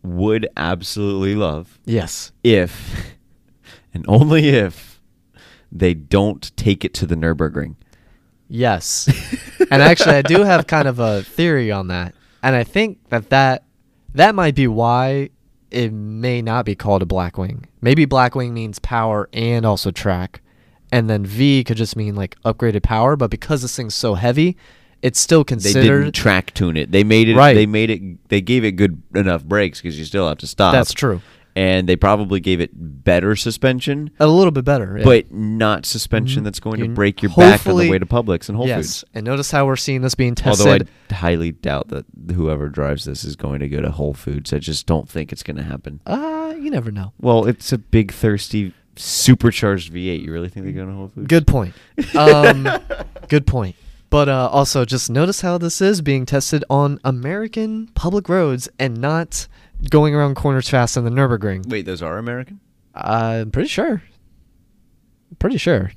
Speaker 1: would absolutely love
Speaker 2: yes.
Speaker 1: if, and only if, they don't take it to the Nurburgring.
Speaker 2: Yes. and actually I do have kind of a theory on that. And I think that that that might be why it may not be called a Blackwing. Maybe Blackwing means power and also track. And then V could just mean like upgraded power, but because this thing's so heavy, it's still
Speaker 1: They
Speaker 2: considered
Speaker 1: didn't track tune it. They made it.
Speaker 2: Right.
Speaker 1: They made it. They gave it good enough brakes because you still have to stop.
Speaker 2: That's true.
Speaker 1: And they probably gave it better suspension,
Speaker 2: a little bit better. yeah. Mm-hmm.
Speaker 1: but not suspension that's going to
Speaker 2: You-
Speaker 1: break your back on the
Speaker 2: hopefully-
Speaker 1: way to Publix and Whole Foods.
Speaker 2: yes. And notice how we're seeing this being tested.
Speaker 1: Although I d- highly doubt that whoever drives this is going to go to Whole Foods. I just don't think it's going to happen.
Speaker 2: uh, you never know.
Speaker 1: Well, it's a big, thirsty, supercharged V8. You really think they're going to Whole Foods?
Speaker 2: Good point. Um, good point. But uh, also, just notice how this is being tested on American public roads and not going around corners fast on the Nurburgring.
Speaker 1: Wait, those are American?
Speaker 2: I'm pretty sure. Pretty sure.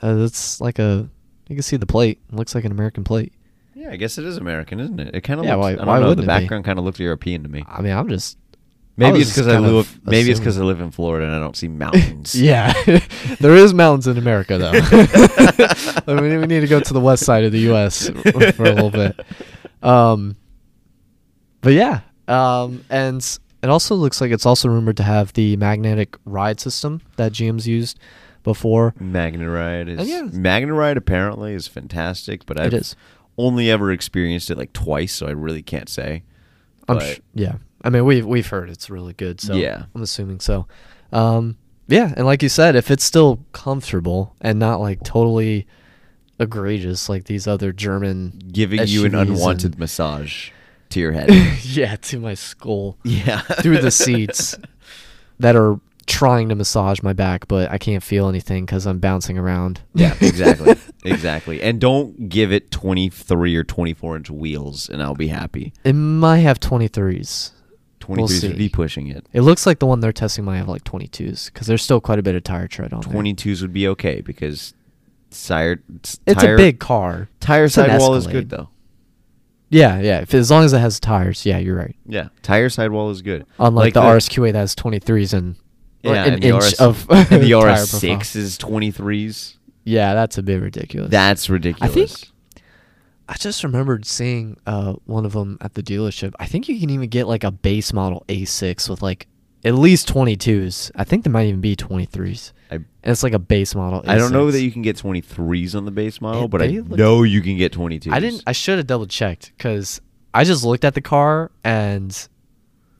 Speaker 2: Uh, that's like a. You can see the plate. It looks like an American plate.
Speaker 1: Yeah, I guess it is American, isn't it? It kind of
Speaker 2: Yeah,
Speaker 1: looks.
Speaker 2: why-
Speaker 1: I don't
Speaker 2: why
Speaker 1: know. The
Speaker 2: wouldn't it be?
Speaker 1: background kind of looked European to me.
Speaker 2: I mean, I'm just.
Speaker 1: Maybe
Speaker 2: was
Speaker 1: it's
Speaker 2: just
Speaker 1: because I
Speaker 2: kind
Speaker 1: live.
Speaker 2: of
Speaker 1: Maybe it's
Speaker 2: assuming.
Speaker 1: because I live in Florida and I don't see mountains.
Speaker 2: Yeah, there is mountains in America though. we, we need to go to the west side of the U.S. for a little bit. Um, but yeah, um, and it also looks like it's also rumored to have the magnetic ride system that GM's used before.
Speaker 1: Magnaride is
Speaker 2: And Oh, yeah.
Speaker 1: Magnaride apparently is fantastic, but
Speaker 2: It
Speaker 1: I've
Speaker 2: is.
Speaker 1: only ever experienced it like twice, so I really can't say.
Speaker 2: I'm
Speaker 1: But-
Speaker 2: sh- yeah. I mean, we've we've heard it's really good, so
Speaker 1: Yeah.
Speaker 2: I'm assuming so. Um, yeah, and like you said, if it's still comfortable and not like totally egregious like these other German
Speaker 1: giving you an
Speaker 2: SUVs and-
Speaker 1: unwanted massage to your head.
Speaker 2: yeah, to my skull
Speaker 1: yeah.
Speaker 2: through the seats that are trying to massage my back, but I can't feel anything because I'm bouncing around.
Speaker 1: yeah, exactly. Exactly. And don't give it 23 or 24 inch wheels and I'll be happy.
Speaker 2: It might have 23s.
Speaker 1: 23s
Speaker 2: see.
Speaker 1: would be pushing it.
Speaker 2: It looks like the one they're testing might have like 22s because there's still quite a bit of tire tread on 20
Speaker 1: 22s would be okay because tire s-
Speaker 2: there. It's
Speaker 1: tire,
Speaker 2: a big car.
Speaker 1: tire
Speaker 2: It's an
Speaker 1: sidewall is
Speaker 2: Escalade.
Speaker 1: good though.
Speaker 2: Yeah, yeah. If, as long as it has tires, yeah, you're right.
Speaker 1: Yeah, tire sidewall is good.
Speaker 2: Unlike the, RSQA that has 23s and or
Speaker 1: yeah,
Speaker 2: an
Speaker 1: and the
Speaker 2: inch
Speaker 1: RS,
Speaker 2: of
Speaker 1: and the
Speaker 2: tire
Speaker 1: RS6
Speaker 2: profile.
Speaker 1: is 23s.
Speaker 2: Yeah, that's a bit ridiculous.
Speaker 1: That's ridiculous.
Speaker 2: I just remembered seeing uh, one of them at the dealership. I think you can even get like a base model A6 with like at least 22s. I think there might even be 23s.
Speaker 1: I
Speaker 2: And it's like a base model.
Speaker 1: I don't know
Speaker 2: A6.
Speaker 1: that you can get 23s on the base model,
Speaker 2: It-
Speaker 1: but I
Speaker 2: they look-
Speaker 1: know you can get 22s.
Speaker 2: I didn't. I should have double checked because I just looked at the car and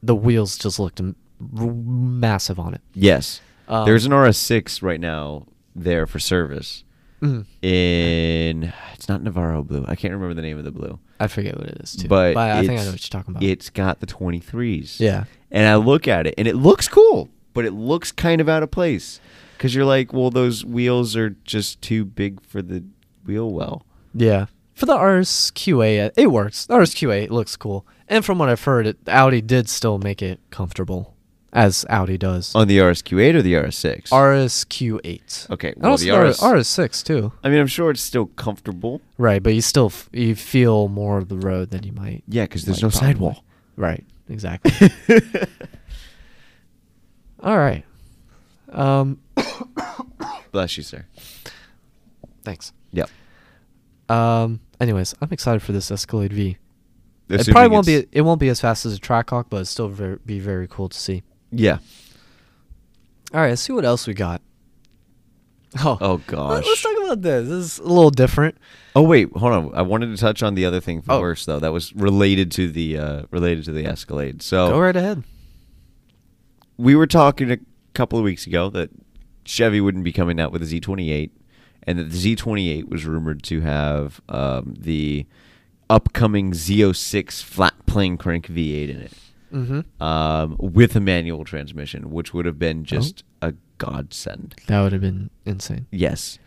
Speaker 2: the wheels just looked m- r- massive on it.
Speaker 1: Yes.
Speaker 2: Um,
Speaker 1: There's an RS6 right now there for service
Speaker 2: Mm,
Speaker 1: in it's not Navarro blue. I can't remember the name of the blue.
Speaker 2: I forget what it is too.
Speaker 1: But,
Speaker 2: I think I
Speaker 1: it's-
Speaker 2: know what you're talking about.
Speaker 1: It's got the 23s.
Speaker 2: Yeah.
Speaker 1: And I look at it and it looks cool, but it looks kind of out of place cuz you're like, well those wheels are just too big for the wheel well.
Speaker 2: Yeah. For the RSQA, uh, it works. The RSQA looks cool. And from what I've heard, it, Audi did still make it comfortable, as Audi does.
Speaker 1: On the RSQ8 or the RS6?
Speaker 2: RSQ8.
Speaker 1: Okay,
Speaker 2: And
Speaker 1: well
Speaker 2: also
Speaker 1: the RS
Speaker 2: RS6 too.
Speaker 1: I mean, I'm sure it's still comfortable.
Speaker 2: Right, but you still f- you feel more of the road than you might.
Speaker 1: Yeah, cuz there's
Speaker 2: might
Speaker 1: no
Speaker 2: probably.
Speaker 1: sidewall.
Speaker 2: Right, exactly. All right. Um,
Speaker 1: Bless you, sir.
Speaker 2: thanks.
Speaker 1: Yep.
Speaker 2: Um, anyways, I'm excited for this Escalade V. it
Speaker 1: Assuming
Speaker 2: probably won't
Speaker 1: it's-
Speaker 2: be it won't be as fast as a Trackhawk, but it'll still ver- be very cool to see.
Speaker 1: Yeah.
Speaker 2: All right, let's see what else we got. Oh,
Speaker 1: Oh,
Speaker 2: Let,
Speaker 1: gosh.
Speaker 2: us talk about this. This is a little different.
Speaker 1: Oh wait, hold on. I wanted to touch on the other thing
Speaker 2: Oh.
Speaker 1: first, though. That was related to the uh, related to the Escalade. So
Speaker 2: Go right ahead.
Speaker 1: we were talking a couple of weeks ago that Chevy wouldn't be coming out with a Z28, and that the Z28 was rumored to have um, the upcoming Z06 flat plane crank V8 in it,
Speaker 2: Mm-hmm.
Speaker 1: um, with a manual transmission, which would have been just a godsend.
Speaker 2: That would have been insane.
Speaker 1: Yes.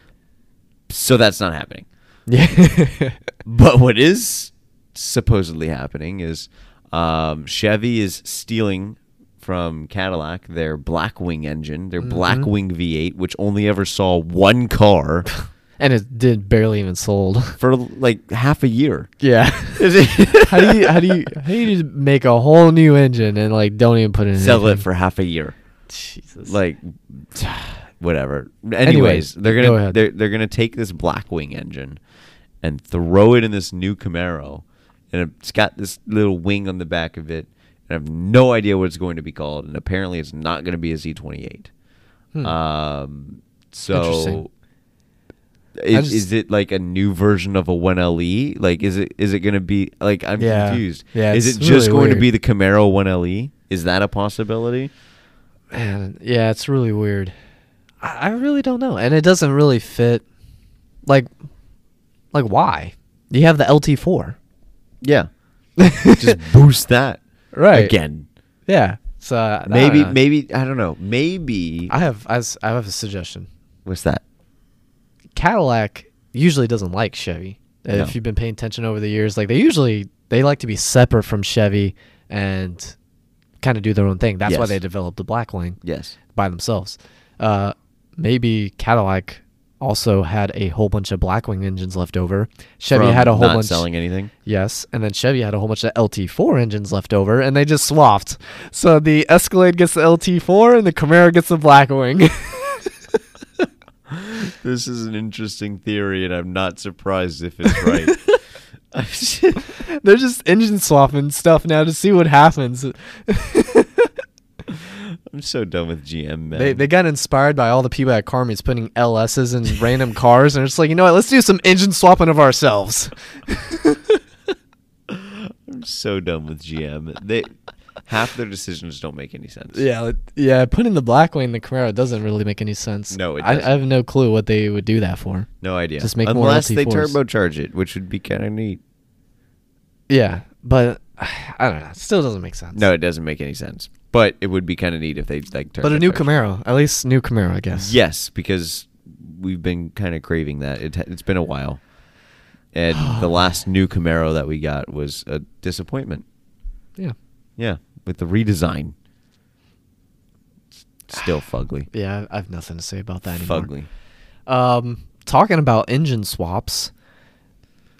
Speaker 1: So that's not happening.
Speaker 2: Yeah.
Speaker 1: But what is supposedly happening is um, Chevy is stealing from Cadillac, their Blackwing engine, their
Speaker 2: Mhm.
Speaker 1: Blackwing V8, which only ever saw one car
Speaker 2: and it did barely even sold.
Speaker 1: for like half a year.
Speaker 2: Yeah. how do you how do you how do you make a whole new engine and like don't even put it in
Speaker 1: Sell it
Speaker 2: anything?
Speaker 1: for half a year.
Speaker 2: Jesus.
Speaker 1: Like whatever. Anyways,
Speaker 2: Anyways,
Speaker 1: they're
Speaker 2: go
Speaker 1: gonna
Speaker 2: ahead.
Speaker 1: they're they're gonna take this Blackwing engine and throw it in this new Camaro, and it's got this little wing on the back of it. And I have no idea what it's going to be called, and apparently it's not going to be a Z28.
Speaker 2: Hmm.
Speaker 1: Um,
Speaker 2: Interesting.
Speaker 1: so is,
Speaker 2: just-
Speaker 1: is it like a new version of a 1LE? Like, is it is it going to be like I'm
Speaker 2: Yeah.
Speaker 1: confused?
Speaker 2: Yeah,
Speaker 1: is
Speaker 2: it's
Speaker 1: it just
Speaker 2: really
Speaker 1: going to
Speaker 2: weird.
Speaker 1: be the Camaro 1LE? Is that a possibility?
Speaker 2: Man, yeah, it's really weird. I, I really don't know, and it doesn't really fit. Like, like why? You have the LT4,
Speaker 1: Yeah, just boost that
Speaker 2: right?
Speaker 1: again.
Speaker 2: Yeah. So I
Speaker 1: Maybe
Speaker 2: don't know.
Speaker 1: maybe I don't know. Maybe
Speaker 2: I have I, s- I have a suggestion.
Speaker 1: what's that?
Speaker 2: Cadillac usually doesn't like Chevy. If
Speaker 1: No.
Speaker 2: you've been paying attention over the years, like they usually they like to be separate from Chevy and kind of do their own thing. That's why
Speaker 1: Yes.
Speaker 2: they developed the Blackwing
Speaker 1: Yes.
Speaker 2: by themselves. Uh, maybe Cadillac also had a whole bunch of Blackwing engines left over. Chevy
Speaker 1: From
Speaker 2: had a whole
Speaker 1: not
Speaker 2: bunch.
Speaker 1: selling anything.
Speaker 2: Yes, and then Chevy had a whole bunch of LT4 engines left over, and they just swapped. So the Escalade gets the LT4, and the Camaro gets the Blackwing.
Speaker 1: This is an interesting theory, and I'm not surprised if it's right.
Speaker 2: They're just engine swapping stuff now to see what happens.
Speaker 1: I'm so done with GM, man.
Speaker 2: They, they got inspired by all the people at Carmi's putting LSs in random cars, and it's like, you know what? Let's do some engine swapping of ourselves.
Speaker 1: I'm so done with GM. They half their decisions don't make any sense.
Speaker 2: Yeah, it- yeah. Putting the Blackwing in the Camaro doesn't really make any sense.
Speaker 1: No, it
Speaker 2: I,
Speaker 1: doesn't.
Speaker 2: I have no clue what they would do that for.
Speaker 1: No idea.
Speaker 2: Just make more
Speaker 1: Unless they
Speaker 2: LT4s.
Speaker 1: turbocharge it, which would be kind of neat.
Speaker 2: Yeah, but I don't know. It still doesn't make sense.
Speaker 1: No, it doesn't make any sense. But it would be kind of neat if they like.
Speaker 2: but a new
Speaker 1: turbocharged it.
Speaker 2: Camaro, at least new Camaro, I guess.
Speaker 1: Yes, because we've been kind of craving that. It, it's been a while, and the last new Camaro that we got was a disappointment.
Speaker 2: Yeah.
Speaker 1: Yeah, with the redesign, S- still fugly.
Speaker 2: Yeah, I have nothing to say about that anymore.
Speaker 1: Fugly.
Speaker 2: Um, talking about engine swaps,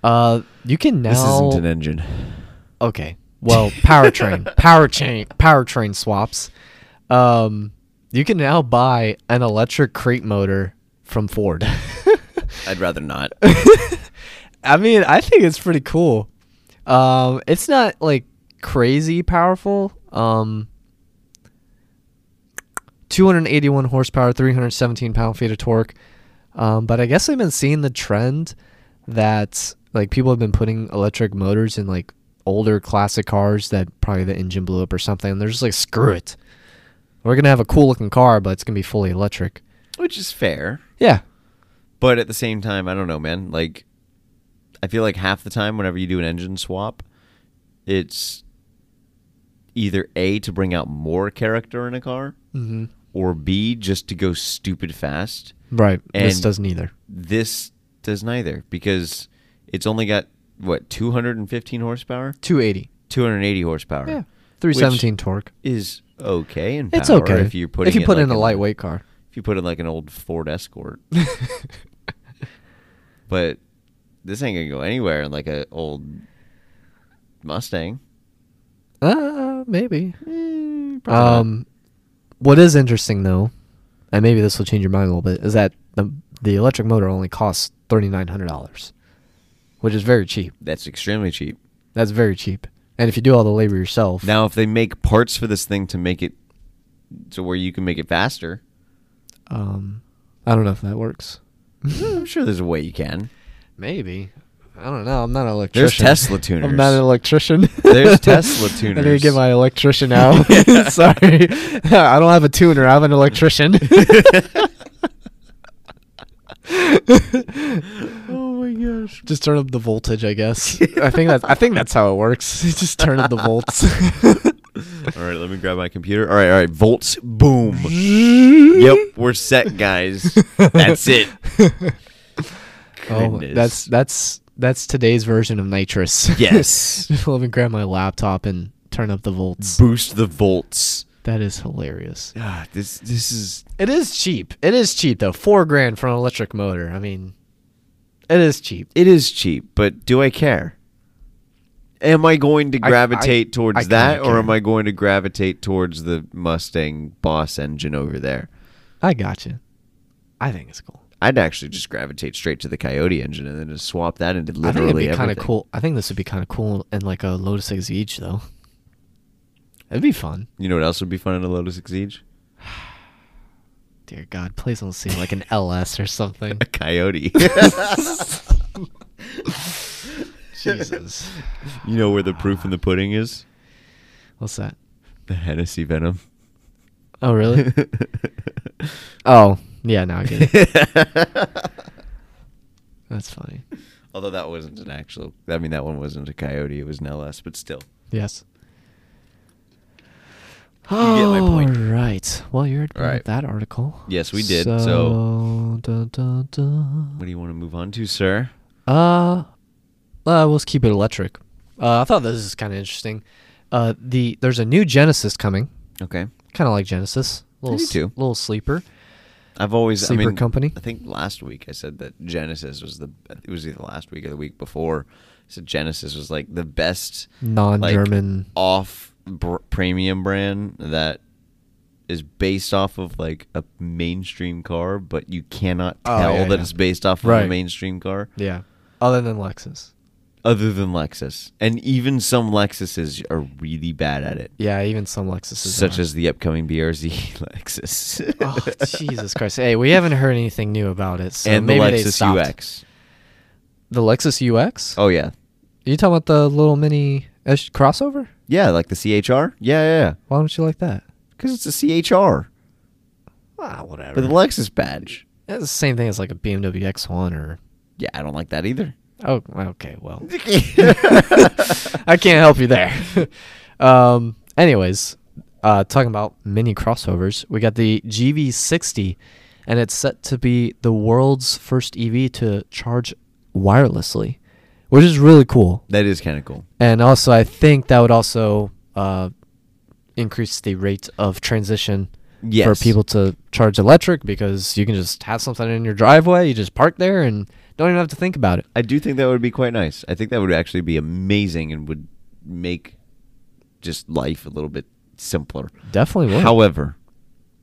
Speaker 2: uh, you can now.
Speaker 1: This isn't an engine.
Speaker 2: Okay. Well, powertrain, powertrain, powertrain swaps. Um, you can now buy an electric crate motor from Ford.
Speaker 1: I'd rather not.
Speaker 2: I mean, I think it's pretty cool. Um, it's not like crazy powerful. Um, 281 horsepower, 317 pound feet of torque. Um, but I guess I've been seeing the trend that like people have been putting electric motors in like older classic cars that probably the engine blew up or something. And they're just like, screw it. We're gonna have a cool looking car, but it's gonna be fully electric.
Speaker 1: Which is fair.
Speaker 2: Yeah,
Speaker 1: But at the same time, I don't know, man. Like, I feel like half the time, whenever you do an engine swap, it's either A, to bring out more character in a car,
Speaker 2: Mhm.
Speaker 1: or B, just to go stupid fast.
Speaker 2: right. this
Speaker 1: And-
Speaker 2: doesn't either.
Speaker 1: This does neither because it's only got, what, 215 horsepower?
Speaker 2: 280.
Speaker 1: 280 horsepower.
Speaker 2: Yeah. 317 torque.
Speaker 1: Is okay in power
Speaker 2: It's okay
Speaker 1: if you're putting
Speaker 2: if you
Speaker 1: it
Speaker 2: put
Speaker 1: like
Speaker 2: in a
Speaker 1: an-
Speaker 2: lightweight car.
Speaker 1: if you put in like an old Ford Escort. but this ain't gonna go anywhere in like a old Mustang.
Speaker 2: Uh, maybe.
Speaker 1: Mm, probably
Speaker 2: Um, what is interesting though, and maybe this will change your mind a little bit, is that the the electric motor only costs thirty nine hundred dollars, which is very cheap.
Speaker 1: not. that's extremely cheap.
Speaker 2: That's very cheap. And if you do all the labor yourself,
Speaker 1: Now, if they make parts for this thing to make it to where you can make it faster,
Speaker 2: um, I don't know if that works. Hmm.
Speaker 1: I'm Hmm, sure there's a way you can.
Speaker 2: Maybe. I don't know. I'm not an electrician.
Speaker 1: Tesla
Speaker 2: I'm not
Speaker 1: tuners.
Speaker 2: an electrician.
Speaker 1: There's Tesla
Speaker 2: I need to
Speaker 1: tuners.
Speaker 2: get my electrician out. Sorry. I don't have a tuner. I have an electrician.
Speaker 1: Oh my gosh!
Speaker 2: Just turn up the voltage, I guess. I think that's I think that's how it works. Just turn up the volts.
Speaker 1: All right, let me grab my computer. All right, all right, volts, boom. yep, we're set, guys. That's it.
Speaker 2: oh,
Speaker 1: Goodness.
Speaker 2: that's that's that's today's version of nitrous.
Speaker 1: Yes.
Speaker 2: Let me grab my laptop and turn up the volts.
Speaker 1: boost the volts.
Speaker 2: That is hilarious.
Speaker 1: Ah, this this is
Speaker 2: It is cheap. It is cheap though. Four grand for an electric motor. I mean, it is cheap.
Speaker 1: it is cheap, but do I care? Am I going to
Speaker 2: I- I-
Speaker 1: gravitate towards
Speaker 2: I kinda
Speaker 1: that, or
Speaker 2: care.
Speaker 1: am I going to gravitate towards the Mustang Boss engine over there?
Speaker 2: I got you. I think it's cool.
Speaker 1: I'd actually just gravitate straight to the Coyote engine and then just swap that into
Speaker 2: I think it'd
Speaker 1: literally
Speaker 2: be kind of
Speaker 1: everything.
Speaker 2: cool. I think this would be kind of cool in like a Lotus Exige though. It'd be fun.
Speaker 1: You know what else would be fun in a Lotus Exige?
Speaker 2: Dear God, please don't seem like an LS or something.
Speaker 1: A Coyote.
Speaker 2: Jesus.
Speaker 1: you know where the proof in the pudding is?
Speaker 2: What's that?
Speaker 1: The Hennessy Venom.
Speaker 2: Oh really? oh yeah, now I get it. That's funny.
Speaker 1: Although that wasn't an actual. I mean, that one wasn't a Coyote. It was an LS, but still.
Speaker 2: Yes.
Speaker 1: You get my point.
Speaker 2: All right. Well, you already brought
Speaker 1: Right.
Speaker 2: up that article.
Speaker 1: Yes, we did. So-
Speaker 2: dun, dun, dun.
Speaker 1: What do you want to move on to, sir?
Speaker 2: Uh, uh, we'll just keep it electric. Uh, I thought this is kind of interesting. Uh, the there's a new Genesis coming,
Speaker 1: Okay.
Speaker 2: kind of like Genesis, little
Speaker 1: do
Speaker 2: s-
Speaker 1: too.
Speaker 2: little sleeper.
Speaker 1: I've always I
Speaker 2: Sleeper
Speaker 1: mean,
Speaker 2: company?
Speaker 1: I think last week I said that Genesis was the it was either last week or the week before. I said Genesis was like the best
Speaker 2: Non-German.
Speaker 1: off br- premium brand that is based off of like a mainstream car, but you cannot
Speaker 2: Oh,
Speaker 1: tell
Speaker 2: yeah,
Speaker 1: that
Speaker 2: yeah.
Speaker 1: it's based off of a
Speaker 2: Right.
Speaker 1: mainstream car
Speaker 2: Yeah. Other than Lexus.
Speaker 1: other than Lexus. And even some Lexuses are really bad at it.
Speaker 2: Yeah, even some Lexuses.
Speaker 1: Such
Speaker 2: are.
Speaker 1: as the upcoming BRZ Lexus.
Speaker 2: Oh Jesus Christ! Hey, we haven't heard anything new about it. So
Speaker 1: and the
Speaker 2: maybe they
Speaker 1: Lexus
Speaker 2: stopped.
Speaker 1: UX.
Speaker 2: The Lexus UX.
Speaker 1: Oh yeah.
Speaker 2: You talking about the little mini S- crossover?
Speaker 1: Yeah, like the CHR? Yeah, yeah, yeah.
Speaker 2: Why don't you like that?
Speaker 1: Because it's a CHR
Speaker 2: Ah, whatever.
Speaker 1: with a Lexus badge.
Speaker 2: That's the same thing as like a BMW X1 or.
Speaker 1: Yeah, I don't like that either.
Speaker 2: Oh, okay. Well, I can't help you there. um, anyways, uh, talking about mini crossovers, we got the GV60, and it's set to be the world's first EV to charge wirelessly, which is really cool.
Speaker 1: That is kind of cool.
Speaker 2: And also, I think that would also uh, increase the rate of transition
Speaker 1: Yes.
Speaker 2: for people to charge electric because you can just have something in your driveway, you just park there and don't even have to think about it.
Speaker 1: I do think that would be quite nice. I think that would actually be amazing and would make just life a little bit simpler.
Speaker 2: Definitely would.
Speaker 1: However,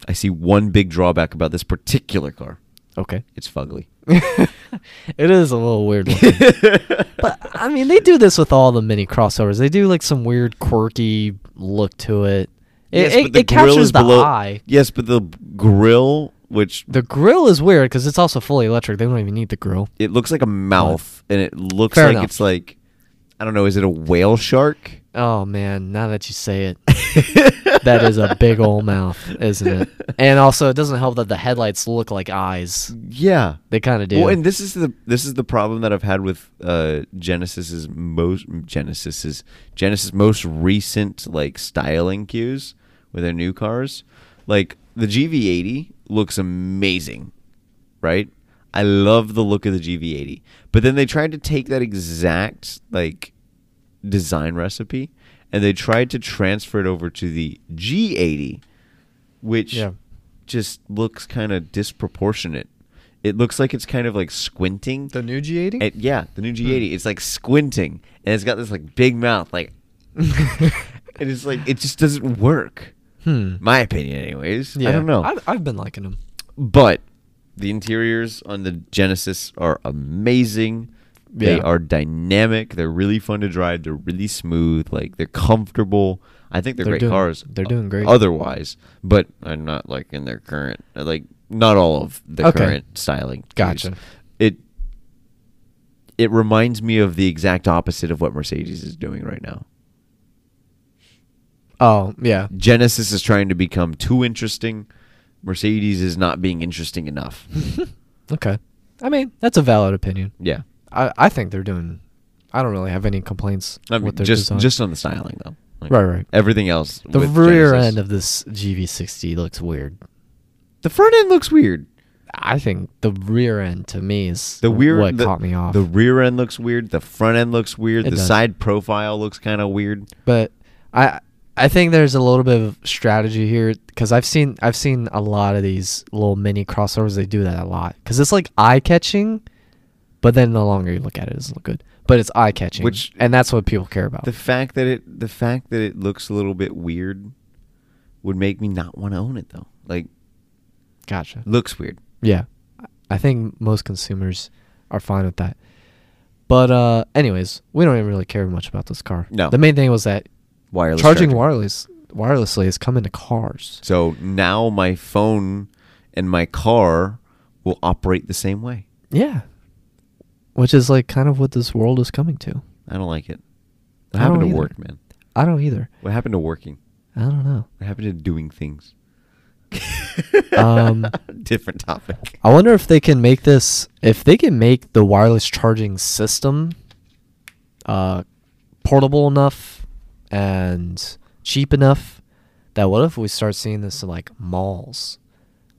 Speaker 1: I see one big drawback about this particular car.
Speaker 2: okay.
Speaker 1: It's fugly.
Speaker 2: It is a little weird looking. but I mean, they do this with all the mini crossovers. They do like some weird quirky look to it. It, it, it captures the eye.
Speaker 1: Yes, but the grill, which
Speaker 2: The grill is weird because it's also fully electric. They don't even need the grill.
Speaker 1: it looks like a mouth, and it looks
Speaker 2: Fair
Speaker 1: like
Speaker 2: enough.
Speaker 1: it's like I don't know. Is it a whale shark?
Speaker 2: Oh man, now that you say it, that is a big old mouth, isn't it? And also, it doesn't help that the headlights look like eyes.
Speaker 1: Yeah.
Speaker 2: They kind of do.
Speaker 1: Well, and this is the this is the problem that I've had with uh, Genesis's most Genesis's Genesis most recent like styling cues with their new cars. Like the GV80 looks amazing, right? I love the look of the GV80. But then they tried to take that exact like design recipe and they tried to transfer it over to the G80 which
Speaker 2: Yeah.
Speaker 1: just looks kind of disproportionate. It looks like it's kind of like squinting.
Speaker 2: the Hmm. new G80.
Speaker 1: It- yeah, the new G80. It's like squinting, and it's got this like big mouth, like, and it's like it just doesn't work.
Speaker 2: hmm.
Speaker 1: My opinion, anyways. I don't know,
Speaker 2: I've, I've been liking them.
Speaker 1: but the interiors on the Genesis are amazing. They
Speaker 2: Yeah.
Speaker 1: are dynamic. They're really fun to drive. They're really smooth. Like they're comfortable. I think they're,
Speaker 2: They're
Speaker 1: great
Speaker 2: doing-
Speaker 1: cars.
Speaker 2: they're doing great.
Speaker 1: Otherwise, but I'm not like in their current. Like not all of the
Speaker 2: Okay.
Speaker 1: current styling. cues.
Speaker 2: Gotcha.
Speaker 1: It it reminds me of the exact opposite of what Mercedes is doing right now.
Speaker 2: Oh yeah.
Speaker 1: Genesis is trying to become too interesting. Mercedes is not being interesting enough.
Speaker 2: Okay. I mean, that's a valid opinion.
Speaker 1: yeah.
Speaker 2: I, I think they're doing. I don't really have any complaints
Speaker 1: I mean,
Speaker 2: with their
Speaker 1: just
Speaker 2: design.
Speaker 1: just on the styling though. Like,
Speaker 2: Right, right.
Speaker 1: Everything else.
Speaker 2: the
Speaker 1: with
Speaker 2: rear
Speaker 1: Genesis-
Speaker 2: end of this GV60 looks weird.
Speaker 1: the front end looks weird.
Speaker 2: I think the rear end to me is
Speaker 1: The weird
Speaker 2: what
Speaker 1: the,
Speaker 2: caught me off.
Speaker 1: The rear end looks weird. The front end looks weird.
Speaker 2: It Oh.
Speaker 1: the
Speaker 2: does.
Speaker 1: side profile looks kind of weird.
Speaker 2: but I I think there's a little bit of strategy here because I've seen I've seen a lot of these little mini crossovers. They do that a lot because it's like eye catching, but then the longer you look at it, it doesn't look good. But it's eye catching,
Speaker 1: Which-
Speaker 2: and that's what people care about.
Speaker 1: The fact that it the fact that it looks a little bit weird would make me not want to own it though. Like
Speaker 2: gotcha.
Speaker 1: looks weird.
Speaker 2: Yeah. I think most consumers are fine with that. But uh anyways, we don't even really care much about this car.
Speaker 1: No.
Speaker 2: The main thing was that
Speaker 1: Wireless
Speaker 2: charging wireless wirelessly is coming to cars.
Speaker 1: So now my phone and my car will operate the same way.
Speaker 2: Yeah. Which is like kind of what this world is coming to.
Speaker 1: I don't like it.
Speaker 2: I
Speaker 1: What happened to
Speaker 2: don't either.
Speaker 1: work, man?
Speaker 2: I don't either.
Speaker 1: What happened to working?
Speaker 2: I don't know.
Speaker 1: What happened to doing things?
Speaker 2: Um,
Speaker 1: Different topic.
Speaker 2: I wonder if they can make this if they can make the wireless charging system uh portable enough and cheap enough that what if we start seeing this in like malls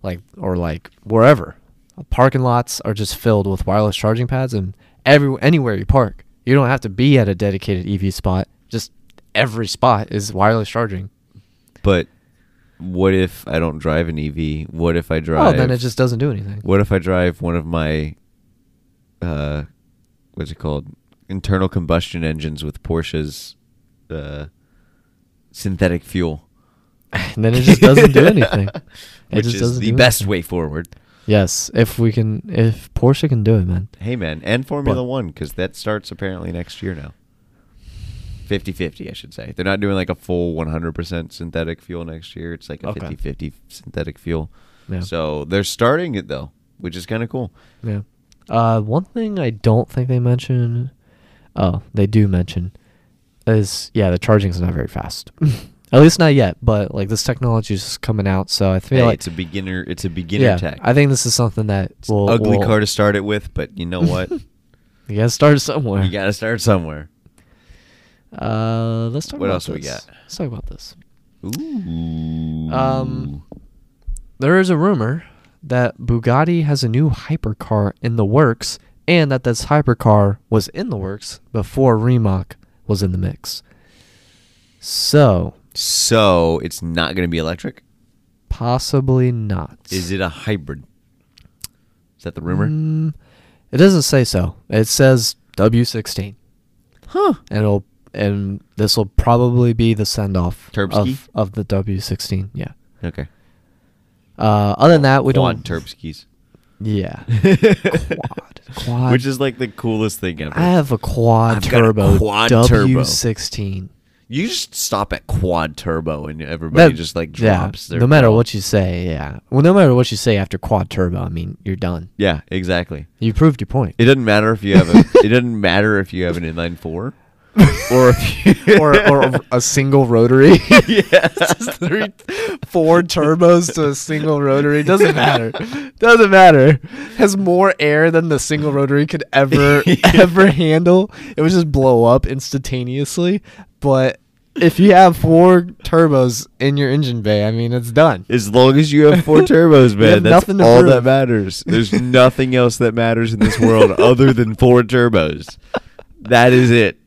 Speaker 2: like or like wherever parking lots are just filled with wireless charging pads and every anywhere you park you don't have to be at a dedicated EV spot just every spot is wireless charging
Speaker 1: But what if I don't drive an EV? What if I
Speaker 2: oh
Speaker 1: drive?
Speaker 2: then it just doesn't do anything
Speaker 1: What if I drive one of my, uh, what's it called? Internal combustion engines with Porsche's, uh, synthetic fuel.
Speaker 2: and then it just doesn't do anything It
Speaker 1: Which
Speaker 2: just
Speaker 1: is
Speaker 2: doesn't
Speaker 1: the
Speaker 2: do
Speaker 1: best
Speaker 2: anything.
Speaker 1: way forward.
Speaker 2: Yes, if we can, if Porsche can do it, man.
Speaker 1: Hey, man, and Formula
Speaker 2: But-
Speaker 1: One because that starts apparently next year now. 50-50, I should say. They're not doing like a full one hundred percent synthetic fuel next year. It's like a
Speaker 2: Okay.
Speaker 1: 50-50 synthetic fuel.
Speaker 2: Yeah.
Speaker 1: So they're starting it though, which is kind of cool.
Speaker 2: Yeah. Uh, one thing I don't think they mention, oh, they do mention, is yeah, the charging's not very fast. At least not yet, but like this technology is just coming out, so I feel
Speaker 1: Hey,
Speaker 2: like
Speaker 1: it's a beginner. It's a beginner
Speaker 2: yeah,
Speaker 1: tech.
Speaker 2: I think this is something that
Speaker 1: It's an
Speaker 2: will
Speaker 1: ugly
Speaker 2: will-
Speaker 1: car to start it with, but you know what?
Speaker 2: You gotta start somewhere.
Speaker 1: you got to start somewhere.
Speaker 2: Uh, let's talk.
Speaker 1: What
Speaker 2: about
Speaker 1: else
Speaker 2: this.
Speaker 1: we got?
Speaker 2: Let's talk about this.
Speaker 1: Ooh.
Speaker 2: Um, There is a rumor that Bugatti has a new hypercar in the works and that this hypercar was in the works before Rimac was in the mix. So,
Speaker 1: So it's not going to be electric.
Speaker 2: possibly not.
Speaker 1: Is it a hybrid? Is that the rumor?
Speaker 2: Mm, it doesn't say so. It says W16
Speaker 1: Huh.
Speaker 2: and it'll and this will probably be the send off
Speaker 1: Turbski?
Speaker 2: of, of the W16, yeah.
Speaker 1: Okay.
Speaker 2: Uh, other than that, we
Speaker 1: Quad
Speaker 2: don't
Speaker 1: Turbskis.
Speaker 2: Yeah.
Speaker 1: quad.
Speaker 2: Quad.
Speaker 1: Which is like the coolest thing ever.
Speaker 2: I have a quad
Speaker 1: I've got a
Speaker 2: turbo
Speaker 1: quad turbo.
Speaker 2: W16.
Speaker 1: you just stop at quad turbo and everybody
Speaker 2: That-
Speaker 1: just like
Speaker 2: yeah,
Speaker 1: drops their
Speaker 2: no matter
Speaker 1: quad.
Speaker 2: what you say, yeah. Well, no matter what you say after quad turbo, I mean, you're done.
Speaker 1: Yeah, exactly.
Speaker 2: You proved your point.
Speaker 1: It doesn't matter if you have a it doesn't matter if you have an inline 4 or if you
Speaker 2: or or a- a single rotary.
Speaker 1: Yes.
Speaker 2: Three, four turbos to a single rotary doesn't matter. Doesn't matter. Has more air than the single rotary could ever ever handle. It would just blow up instantaneously. But if you have four turbos in your engine bay, I mean, it's done.
Speaker 1: As long as you have four turbos,
Speaker 2: You
Speaker 1: man,
Speaker 2: have
Speaker 1: that's
Speaker 2: nothing to
Speaker 1: all
Speaker 2: prove.
Speaker 1: that matters. There's nothing else that matters in this world other than four turbos. That is it.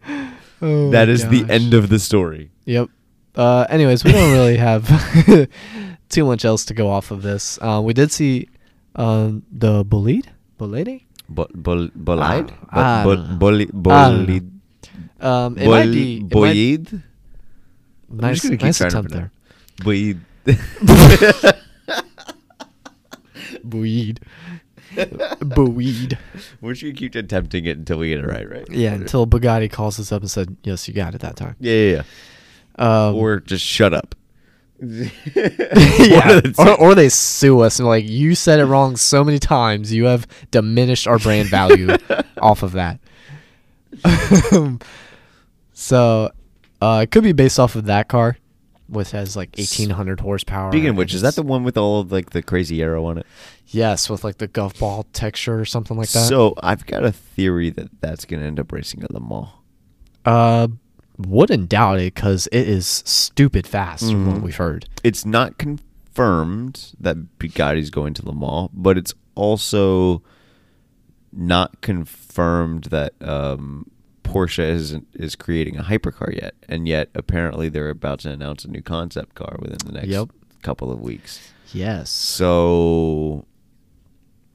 Speaker 2: Oh
Speaker 1: that
Speaker 2: my
Speaker 1: is the
Speaker 2: gosh.
Speaker 1: end of the story.
Speaker 2: Yep. Uh, anyways, we don't really have too much else to go off of this. Uh, we did see um, the Bolide? Bolide? Ah,
Speaker 1: But bol, bolide,
Speaker 2: I
Speaker 1: Bo-
Speaker 2: don't know.
Speaker 1: bol, boli-
Speaker 2: I don't know.
Speaker 1: bolid,
Speaker 2: Um, it
Speaker 1: bol,
Speaker 2: might be. it might-
Speaker 1: boyid. I'm just
Speaker 2: nice
Speaker 1: gonna keep
Speaker 2: nice
Speaker 1: trying to
Speaker 2: attempt there.
Speaker 1: Boyid.
Speaker 2: Boyd. Boyd.
Speaker 1: We're just gonna keep attempting it until we get it right, right?
Speaker 2: Yeah, until Bugatti calls us up and said, yes, you got it that time.
Speaker 1: yeah, yeah, yeah.
Speaker 2: Um,
Speaker 1: Or just shut up.
Speaker 2: yeah.
Speaker 1: That's
Speaker 2: or,
Speaker 1: it.
Speaker 2: or they sue us and like you said it wrong so many times you have diminished our brand value off of that so uh, it could be based off of that car which has like 1800 horsepower
Speaker 1: Speaking of which,
Speaker 2: and
Speaker 1: is that
Speaker 2: it's-
Speaker 1: the one with all of like the crazy arrow on it?
Speaker 2: yes with like the golf ball texture or something like that
Speaker 1: So I've got a theory that that's gonna end up racing at the mall.
Speaker 2: uh wouldn't doubt it because it is stupid fast from
Speaker 1: Mhm.
Speaker 2: what we've heard
Speaker 1: It's not confirmed that Bugatti's going to the mall, but it's also not confirmed that um, Porsche isn't is creating a hypercar yet, and yet apparently they're about to announce a new concept car within the next
Speaker 2: Yep.
Speaker 1: couple of weeks.
Speaker 2: Yes.
Speaker 1: So,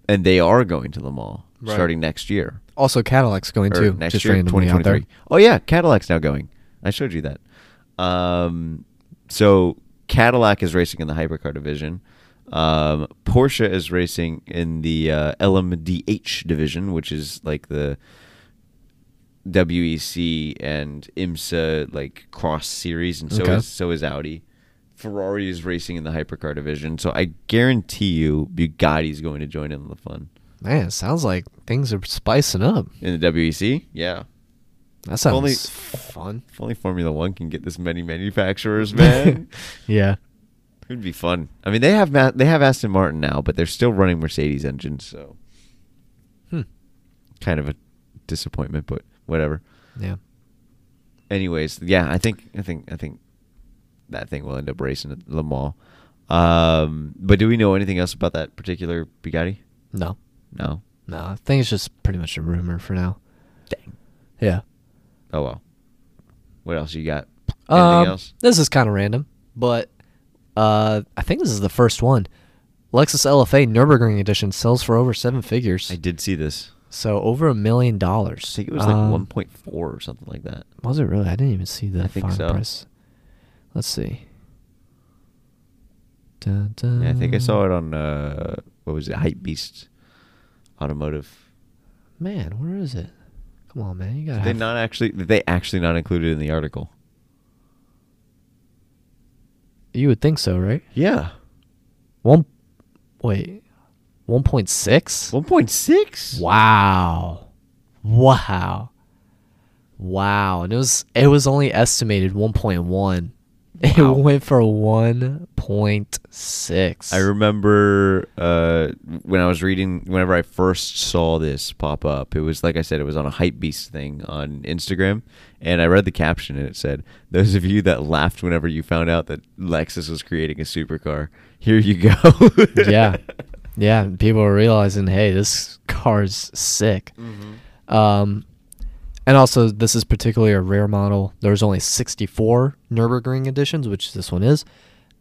Speaker 1: and they are going to the mall
Speaker 2: Right.
Speaker 1: starting next year.
Speaker 2: Also, Cadillac's going
Speaker 1: Or
Speaker 2: to
Speaker 1: next
Speaker 2: just
Speaker 1: year,
Speaker 2: randomly out there.
Speaker 1: 2023. Oh yeah, Cadillac's now going. I showed you that. Um, so Cadillac is racing in the hypercar division. Um, Porsche is racing in the uh, LMDH division, which is like the WEC and IMSA like cross series, and so
Speaker 2: Okay.
Speaker 1: is so is Audi. Ferrari is racing in the hypercar division, so I guarantee you Bugatti's going to join in on the fun
Speaker 2: Man, it sounds like things are spicing up.
Speaker 1: in the WEC. Yeah.
Speaker 2: That sounds
Speaker 1: Only-
Speaker 2: fun.
Speaker 1: If only Formula One can get this many manufacturers, man,
Speaker 2: Yeah.
Speaker 1: it would be fun. I mean, they have Ma- they have Aston Martin now, but they're still running Mercedes engines, so
Speaker 2: Hmm.
Speaker 1: kind of a disappointment, but whatever.
Speaker 2: Yeah.
Speaker 1: Anyways, yeah, I think I think I think that thing will end up racing at Le Mans. Um, but do we know anything else about that particular Bugatti?
Speaker 2: No.
Speaker 1: No.
Speaker 2: No. I think it's just pretty much a rumor for now.
Speaker 1: Dang.
Speaker 2: Yeah.
Speaker 1: Oh well. What else you got? Anything
Speaker 2: Um,
Speaker 1: else?
Speaker 2: This is kind of random, but uh, I think this is the first one. Lexus LFA Nürburgring Edition sells for over seven figures.
Speaker 1: I did see this.
Speaker 2: So over a million
Speaker 1: I
Speaker 2: dollars.
Speaker 1: think it was like
Speaker 2: Um,
Speaker 1: 1.4 or something like that.
Speaker 2: Was it really? I didn't even see the
Speaker 1: I think
Speaker 2: final
Speaker 1: so.
Speaker 2: price. Let's see.
Speaker 1: Yeah, I think I saw it on uh, what was it, Hype Beast Automotive.
Speaker 2: Man, where is it? Come on, man, you gotta.
Speaker 1: Did they
Speaker 2: have-
Speaker 1: not actually? Did they actually not include it in the article?
Speaker 2: You would think so, right?
Speaker 1: Yeah,
Speaker 2: One. Wait. One point six.
Speaker 1: one point six.
Speaker 2: Wow. Wow. Wow. And it was it was only estimated 1.1.
Speaker 1: Wow.
Speaker 2: It went for 1.6.
Speaker 1: I remember uh, when I was reading, whenever I first saw this pop up, it was like I said, it was on a hype beast thing on Instagram, and I read the caption and it said, "Those of you that laughed whenever you found out that Lexus was creating a supercar, here you go."
Speaker 2: yeah. Yeah, and people are realizing, "Hey, this car's sick."
Speaker 1: Mm. Mm-hmm.
Speaker 2: Um and also this is particularly a rare model. There's only 64 Nürburgring editions, which this one is,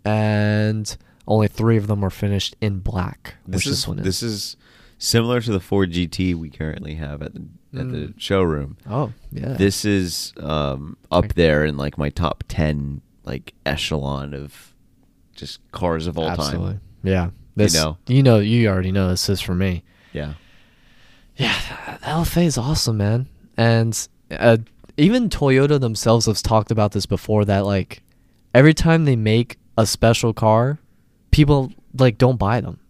Speaker 2: and only 3 of them are finished in black,
Speaker 1: this
Speaker 2: which
Speaker 1: is,
Speaker 2: this one is.
Speaker 1: This is similar to the Ford GT we currently have at the, at the
Speaker 2: Mm.
Speaker 1: showroom.
Speaker 2: Oh, yeah.
Speaker 1: This is um, up there in like my top ten like echelon of just cars of all time.
Speaker 2: Yeah. This, you
Speaker 1: know.
Speaker 2: know, you know, you already know this is for me.
Speaker 1: Yeah.
Speaker 2: Yeah, the LFA is awesome, man. And uh, even Toyota themselves have talked about this before that like every time they make a special car, people like don't buy them.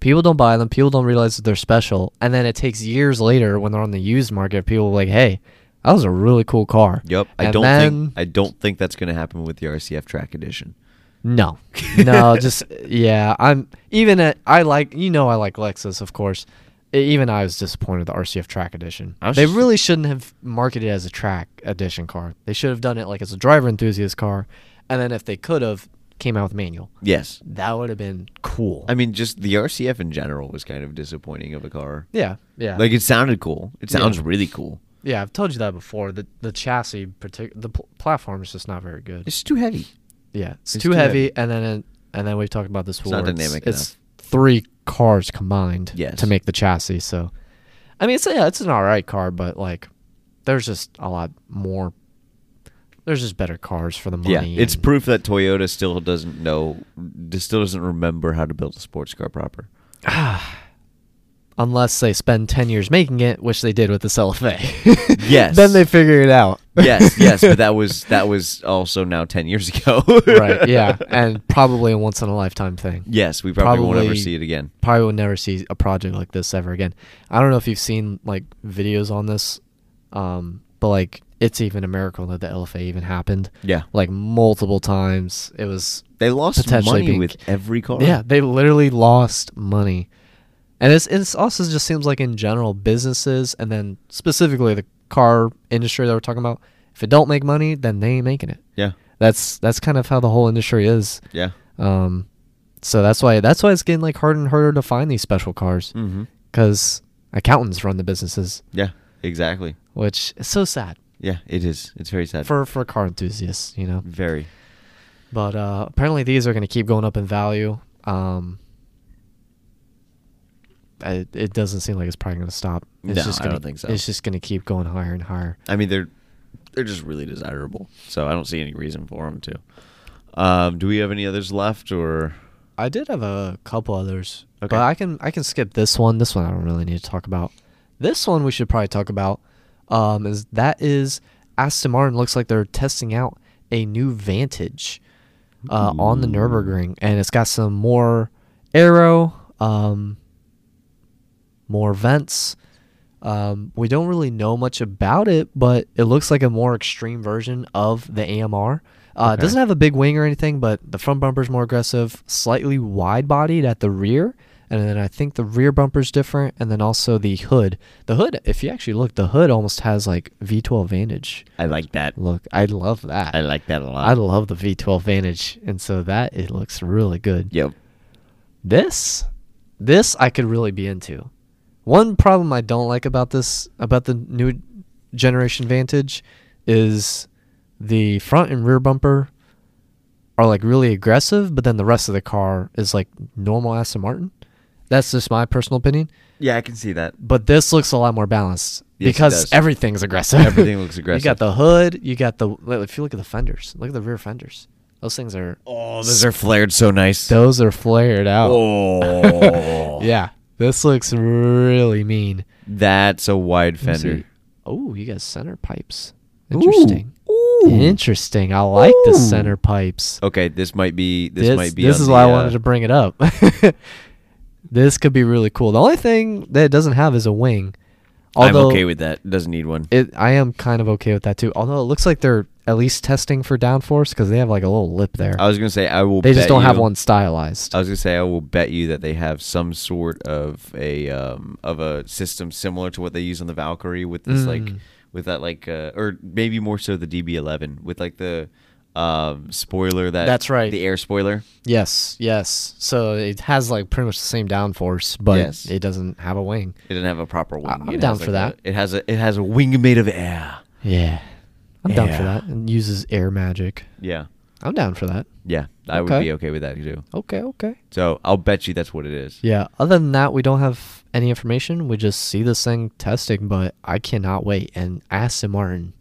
Speaker 2: People don't buy them. People don't realize that they're special. And then it takes years later when they're on the used market, people are like, "Hey, that was a really cool car."
Speaker 1: Yep. I
Speaker 2: And
Speaker 1: don't
Speaker 2: then-
Speaker 1: think I don't think that's gonna happen with the RCF track edition.
Speaker 2: No, no, just yeah. I'm even at I like you know I like Lexus of course. E- Even I was disappointed with the RCF track edition.
Speaker 1: I was
Speaker 2: They
Speaker 1: just-
Speaker 2: really shouldn't have marketed it as a track edition car. They should have done it like as a driver enthusiast car, and then if they could have came out with manual,
Speaker 1: Yes.
Speaker 2: that would have been cool.
Speaker 1: I mean just the RCF in general was kind of disappointing of a car.
Speaker 2: yeah, yeah,
Speaker 1: Like it sounded cool. It
Speaker 2: Yeah.
Speaker 1: sounds really cool.
Speaker 2: yeah. I've told you that before. The the chassis, partic- the pl- platform is just not very good.
Speaker 1: It's too heavy.
Speaker 2: Yeah, it's,
Speaker 1: It's
Speaker 2: too,
Speaker 1: too
Speaker 2: heavy, and then and then we've talked about this
Speaker 1: not
Speaker 2: before.
Speaker 1: dynamic
Speaker 2: It's three cars combined
Speaker 1: Yes.
Speaker 2: to make the chassis. So, I mean, it's yeah, it's an all right car, but like, there's just a lot more. There's just better cars for the money.
Speaker 1: Yeah, it's
Speaker 2: and-
Speaker 1: proof that Toyota still doesn't know, still doesn't remember how to build a sports car proper.
Speaker 2: unless they spend ten years making it, which they did with the LFA.
Speaker 1: Yes.
Speaker 2: then they figure it out.
Speaker 1: yes, yes, but that was that was also now ten years ago.
Speaker 2: right. Yeah, and probably a once in a lifetime thing.
Speaker 1: Yes, we probably, won't ever
Speaker 2: Probably-
Speaker 1: see it again.
Speaker 2: probably will never see a project like this ever again. I don't know if you've seen like videos on this, um, but like it's even a miracle that the LFA even happened.
Speaker 1: Yeah,
Speaker 2: Like multiple times, it was.
Speaker 1: they lost
Speaker 2: Potentially
Speaker 1: money
Speaker 2: being-
Speaker 1: with every car.
Speaker 2: Yeah, they literally lost money, and it's it's also just seems like in general businesses and then specifically the car industry that we're talking about. If it don't make money, then they ain't making it.
Speaker 1: yeah,
Speaker 2: That's that's kind of how the whole industry is.
Speaker 1: yeah.
Speaker 2: Um, so that's why that's why it's getting like harder and harder to find these special cars
Speaker 1: Mm-hmm.
Speaker 2: because accountants run the businesses.
Speaker 1: Yeah, Exactly.
Speaker 2: which is so sad
Speaker 1: Yeah, it is. It's very sad. Mm-hmm.
Speaker 2: for for car enthusiasts, you know.
Speaker 1: very.
Speaker 2: But uh, apparently, these are going to keep going up in value. Um, it, it doesn't seem like it's probably going to stop. It's
Speaker 1: No,
Speaker 2: just
Speaker 1: I
Speaker 2: gonna,
Speaker 1: don't think so.
Speaker 2: It's just going to keep going higher and higher.
Speaker 1: I mean, they're they're just really desirable. So I don't see any reason for them to. Um, do we have any others left, or
Speaker 2: I did have a couple others,
Speaker 1: Okay.
Speaker 2: but I can I can skip this one. This one I don't really need to talk about. This one we should probably talk about. Um, is that is Aston Martin looks like they're testing out a new Vantage uh, on the
Speaker 1: Ooh.
Speaker 2: Nurburgring, and it's got some more aero, um, more vents. Um, we don't really know much about it, but it looks like a more extreme version of the AMR. Uh, It
Speaker 1: Okay.
Speaker 2: doesn't have a big wing or anything, but the front bumper's more aggressive, slightly wide bodied at the rear. And then I think the rear bumper's different. And then also the hood. The hood, if you actually look, the hood almost has like V12 Vantage.
Speaker 1: I like that.
Speaker 2: Look, I love that.
Speaker 1: I like that a
Speaker 2: I
Speaker 1: lot.
Speaker 2: love the V12 Vantage. And so that, it looks really good
Speaker 1: yep.
Speaker 2: this this I could really be into. One problem I don't like about this about the new generation Vantage is the front and rear bumper are like really aggressive, but then the rest of the car is like normal Aston Martin. That's just my personal opinion.
Speaker 1: Yeah, I can see that.
Speaker 2: But this looks a lot more balanced
Speaker 1: Yes, it
Speaker 2: because
Speaker 1: does.
Speaker 2: everything's aggressive.
Speaker 1: Everything looks
Speaker 2: you got
Speaker 1: aggressive.
Speaker 2: the hood. You got the. If you look at the fenders, look at the rear fenders. Those things are.
Speaker 1: Oh, those are flared so nice.
Speaker 2: Those are flared out.
Speaker 1: Oh,
Speaker 2: Yeah, this looks really mean.
Speaker 1: That's a wide
Speaker 2: Let me see.
Speaker 1: fender.
Speaker 2: Oh, you got center pipes. Interesting.
Speaker 1: Ooh.
Speaker 2: Interesting. I like the
Speaker 1: Ooh.
Speaker 2: center pipes.
Speaker 1: Okay, this might be. This, might be.
Speaker 2: This
Speaker 1: on
Speaker 2: is
Speaker 1: the,
Speaker 2: why
Speaker 1: uh,
Speaker 2: I wanted to bring it up. this could be really cool. The only thing that it doesn't have is a wing. Although
Speaker 1: I'm okay with that. Doesn't need one.
Speaker 2: it, I am kind of okay with that too. Although it looks like they're at least testing for downforce because they have like a little lip there.
Speaker 1: I was gonna say I will.
Speaker 2: they just
Speaker 1: bet
Speaker 2: don't have
Speaker 1: you- Uh,
Speaker 2: one stylized.
Speaker 1: I was gonna say I will bet you that they have some sort of a um, of a system similar to what they use on the Valkyrie with this like
Speaker 2: Mm.
Speaker 1: with that like uh, or maybe more so the DB11 with like the um, spoiler that
Speaker 2: That's right.
Speaker 1: the air spoiler
Speaker 2: yes, yes. So it has like pretty much the same downforce, but
Speaker 1: Yes.
Speaker 2: it doesn't have a wing.
Speaker 1: it didn't have a proper wing.
Speaker 2: I'm
Speaker 1: It
Speaker 2: down
Speaker 1: has,
Speaker 2: for
Speaker 1: like,
Speaker 2: that.
Speaker 1: a- it has a it has a wing made of air.
Speaker 2: Yeah. I'm down for
Speaker 1: Yeah.
Speaker 2: that. And uses air magic.
Speaker 1: Yeah,
Speaker 2: I'm down for that.
Speaker 1: yeah, I would
Speaker 2: Okay.
Speaker 1: be okay with that too.
Speaker 2: Okay, okay.
Speaker 1: So I'll bet you that's what it is.
Speaker 2: Yeah. Other than that, we don't have any information. We just see this thing testing, but I cannot wait. And Aston Martin.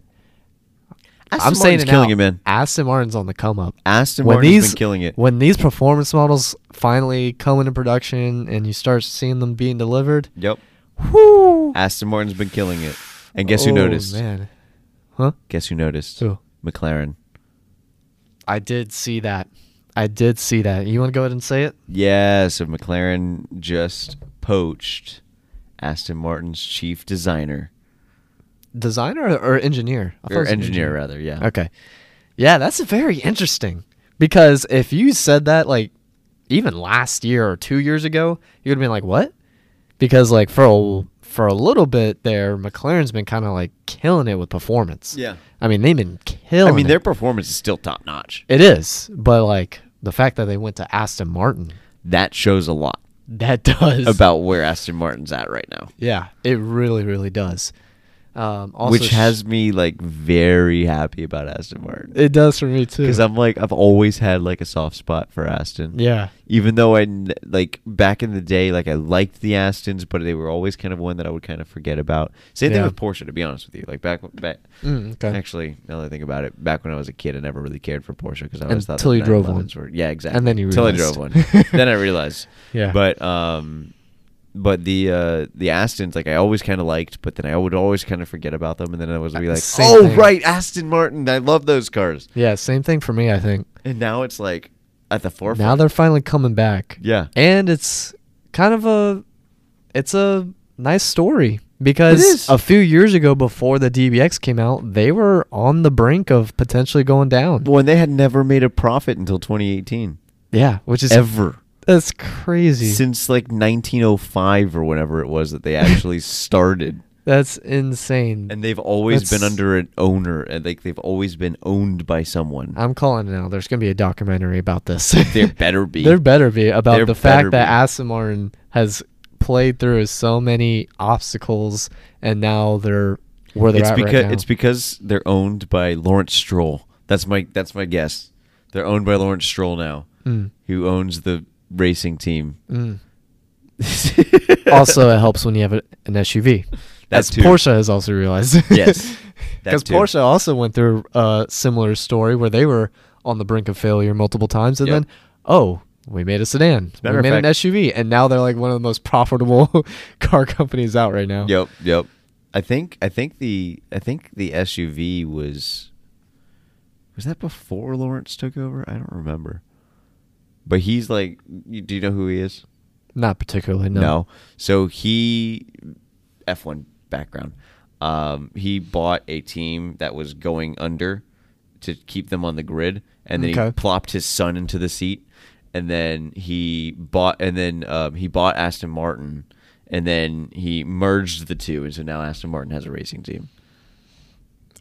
Speaker 2: I'm saying
Speaker 1: Martin's
Speaker 2: it
Speaker 1: killing
Speaker 2: now.
Speaker 1: it, man.
Speaker 2: Aston Martin's on the come up.
Speaker 1: Aston
Speaker 2: When
Speaker 1: Martin's
Speaker 2: these-
Speaker 1: been killing it.
Speaker 2: When these performance models finally come into production and you start seeing them being delivered,
Speaker 1: Yep,
Speaker 2: whoo!
Speaker 1: Aston Martin's been killing it. And guess who
Speaker 2: Oh,
Speaker 1: noticed?
Speaker 2: Man. Huh?
Speaker 1: Guess who noticed?
Speaker 2: Who?
Speaker 1: McLaren.
Speaker 2: I did see that. I did see that. You want to go ahead and say it?
Speaker 1: Yeah, so McLaren just poached Aston Martin's chief designer
Speaker 2: Designer or, or engineer? I thought it
Speaker 1: or
Speaker 2: was an
Speaker 1: engineer, rather. Yeah.
Speaker 2: Okay. Yeah, that's very interesting because if you said that like even last year or 2 years ago, you would have been like, "What?" Because like for a, for a little bit there, McLaren's been kind of like killing it with performance.
Speaker 1: Yeah.
Speaker 2: I mean, they've been
Speaker 1: I
Speaker 2: killing
Speaker 1: mean, their
Speaker 2: it.
Speaker 1: performance is still top notch.
Speaker 2: It is, but like the fact that they went to Aston Martin,
Speaker 1: That shows a lot
Speaker 2: that does
Speaker 1: about where Aston Martin's at right now,
Speaker 2: Yeah, it really really does. Um also
Speaker 1: which
Speaker 2: sh-
Speaker 1: has me like very happy about Aston Martin
Speaker 2: it does for me too.
Speaker 1: because I'm like I've always had like a soft spot for Aston.
Speaker 2: yeah.
Speaker 1: Even though I n- like back in the day, like I liked the Astons, but they were always kind of one that I would kind of forget about. Same thing
Speaker 2: Yeah.
Speaker 1: with Porsche, to be honest with you. Like back, back
Speaker 2: Mm, okay.
Speaker 1: Actually, now that I think about it, back when I was a kid, I never really cared for Porsche because I always thought
Speaker 2: Until
Speaker 1: that
Speaker 2: you drove
Speaker 1: 911s Were, yeah, exactly.
Speaker 2: then you
Speaker 1: until I
Speaker 2: realized.
Speaker 1: drove one, then I realized.
Speaker 2: Yeah.
Speaker 1: But um, but the uh the Astons, like I always kind of liked, but then I would always kind of forget about them, and then I was be
Speaker 2: Uh,
Speaker 1: like,
Speaker 2: same
Speaker 1: oh
Speaker 2: thing.
Speaker 1: right, Aston Martin, I love those cars,
Speaker 2: Yeah, same thing for me, I think.
Speaker 1: and now it's like at the forefront.
Speaker 2: Now they're finally coming back.
Speaker 1: yeah,
Speaker 2: And it's kind of a it's a nice story because
Speaker 1: is.
Speaker 2: a few years ago before the DBX came out, they were on the brink of potentially going down.
Speaker 1: well, and they had never made a profit until 2018
Speaker 2: Yeah, which is
Speaker 1: ever.
Speaker 2: that's crazy.
Speaker 1: Since like 1905 or whenever it was that they actually started.
Speaker 2: that's insane.
Speaker 1: and they've always been
Speaker 2: That's-
Speaker 1: under an owner and like they've always been owned by someone
Speaker 2: I'm calling it now. There's going to be a documentary about this.
Speaker 1: there better be
Speaker 2: there better be about
Speaker 1: There
Speaker 2: the fact
Speaker 1: better
Speaker 2: that
Speaker 1: be.
Speaker 2: Aston Martin has played through so many obstacles, and now they're where they're
Speaker 1: it's
Speaker 2: at
Speaker 1: because
Speaker 2: right now.
Speaker 1: it's because they're owned by Lawrence Stroll. That's my that's my guess. They're owned by Lawrence Stroll now,
Speaker 2: Mm,
Speaker 1: who owns the racing team.
Speaker 2: mm. also, it helps when you have a, an SUV.
Speaker 1: That
Speaker 2: That's
Speaker 1: too.
Speaker 2: Porsche has also realized.
Speaker 1: Yes, that
Speaker 2: because
Speaker 1: too.
Speaker 2: Porsche also went through a similar story where they were on the brink of failure multiple times, and
Speaker 1: Yep.
Speaker 2: then oh, we made a sedan, we
Speaker 1: matter of
Speaker 2: made an
Speaker 1: fact-
Speaker 2: SUV, and now they're like one of the most profitable car companies out right now.
Speaker 1: Yep, yep. I think I think the I think the SUV was was that before Lawrence took over? I don't remember. But he's like, you, do you know who he is?
Speaker 2: Not particularly. No.
Speaker 1: So he F1 background. Um, he bought a team that was going under to keep them on the grid, and then he
Speaker 2: Okay.
Speaker 1: plopped his son into the seat, and then he bought and then um, he bought Aston Martin, and then he merged the two, and so now Aston Martin has a racing team.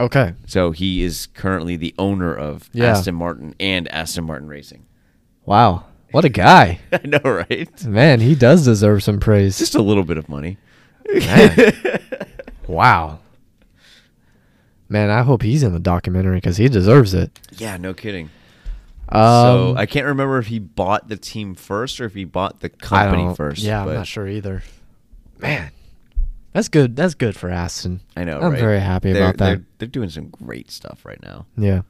Speaker 2: Okay.
Speaker 1: So he is currently the owner of
Speaker 2: Yeah.
Speaker 1: Aston Martin and Aston Martin Racing.
Speaker 2: Wow. What a guy.
Speaker 1: I know, right?
Speaker 2: Man, he does deserve some praise.
Speaker 1: Just a little bit of money.
Speaker 2: Man. wow. Man, I hope he's in the documentary because he deserves it.
Speaker 1: Yeah, no kidding.
Speaker 2: Um,
Speaker 1: so I can't remember if he bought the team first or if he bought the
Speaker 2: I
Speaker 1: company
Speaker 2: don't-
Speaker 1: first.
Speaker 2: Yeah,
Speaker 1: but
Speaker 2: I'm not sure either. Man, that's good. That's good for Aston.
Speaker 1: I know.
Speaker 2: I'm
Speaker 1: right?
Speaker 2: very happy
Speaker 1: They're-
Speaker 2: about that.
Speaker 1: They're, they're doing some great stuff right now,
Speaker 2: Yeah.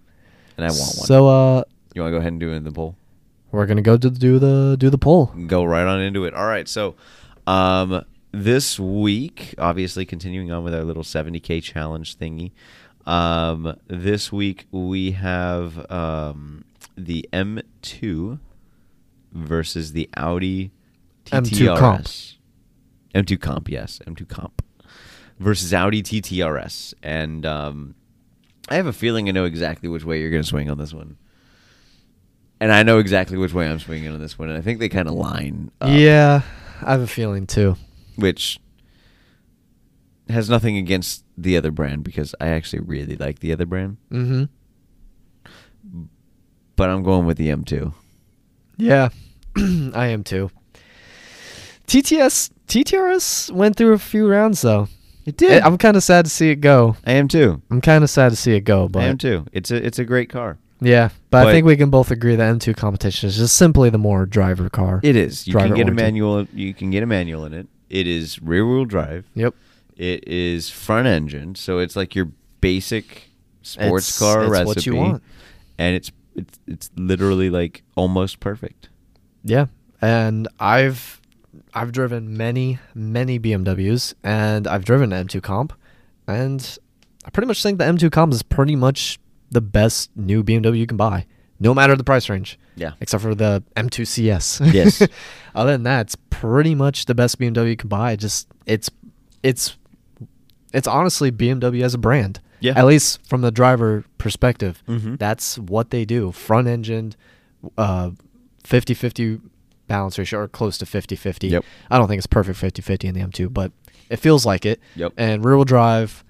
Speaker 1: and I want one.
Speaker 2: So uh,
Speaker 1: you want to go ahead and do it in the poll?
Speaker 2: we're gonna go to do the do the poll.
Speaker 1: Go right on into it. All right. So, um, this week, obviously, continuing on with our little 70k challenge thingy. Um, this week we have um the M2 versus the Audi
Speaker 2: M2 comp.
Speaker 1: TTRS. M2 comp, yes, M2 comp versus Audi TTRS, and um, I have a feeling I know exactly which way you're going to swing on this one, and I know exactly which way I'm swinging on this one, and I think they kind of line. Up,
Speaker 2: Yeah, I have a feeling too.
Speaker 1: which has nothing against the other brand because I actually really like the other brand,
Speaker 2: Mm-hmm.
Speaker 1: but I'm going with the M2.
Speaker 2: Yeah, I am too. TTS TTRS went through a few rounds though.
Speaker 1: It did.
Speaker 2: I'm kind of sad to see it go.
Speaker 1: I am too.
Speaker 2: I'm kind of sad to see it go, but
Speaker 1: I am too. It's a it's a great car.
Speaker 2: yeah. But,
Speaker 1: But-
Speaker 2: I think we can both agree that M2 competition is just simply the more driver car.
Speaker 1: It is. You can
Speaker 2: Driver
Speaker 1: get a
Speaker 2: oriented.
Speaker 1: manual. You can get a manual in it. It is rear wheel drive.
Speaker 2: Yep.
Speaker 1: It is front engine, so it's like your basic sports
Speaker 2: It's-
Speaker 1: car
Speaker 2: it's
Speaker 1: recipe,
Speaker 2: what you want.
Speaker 1: and it's it's it's literally like almost perfect.
Speaker 2: Yeah, and I've I've driven many many BMWs, and I've driven an M2 Comp, and I pretty much think the M2 Comp is pretty much the best new BMW you can buy, no matter the price range.
Speaker 1: Yeah.
Speaker 2: Except for the M2 CS.
Speaker 1: Yes.
Speaker 2: Other than that, it's pretty much the best BMW you can buy. Just it's it's it's honestly BMW as a brand.
Speaker 1: Yeah.
Speaker 2: At least from the driver perspective,
Speaker 1: Mhm.
Speaker 2: that's what they do. Front engined, uh, 50 50 balance ratio or close to 50 50.
Speaker 1: Yep.
Speaker 2: I don't think it's perfect 50 50 in the M2, but it feels like it.
Speaker 1: Yep.
Speaker 2: And rear wheel drive,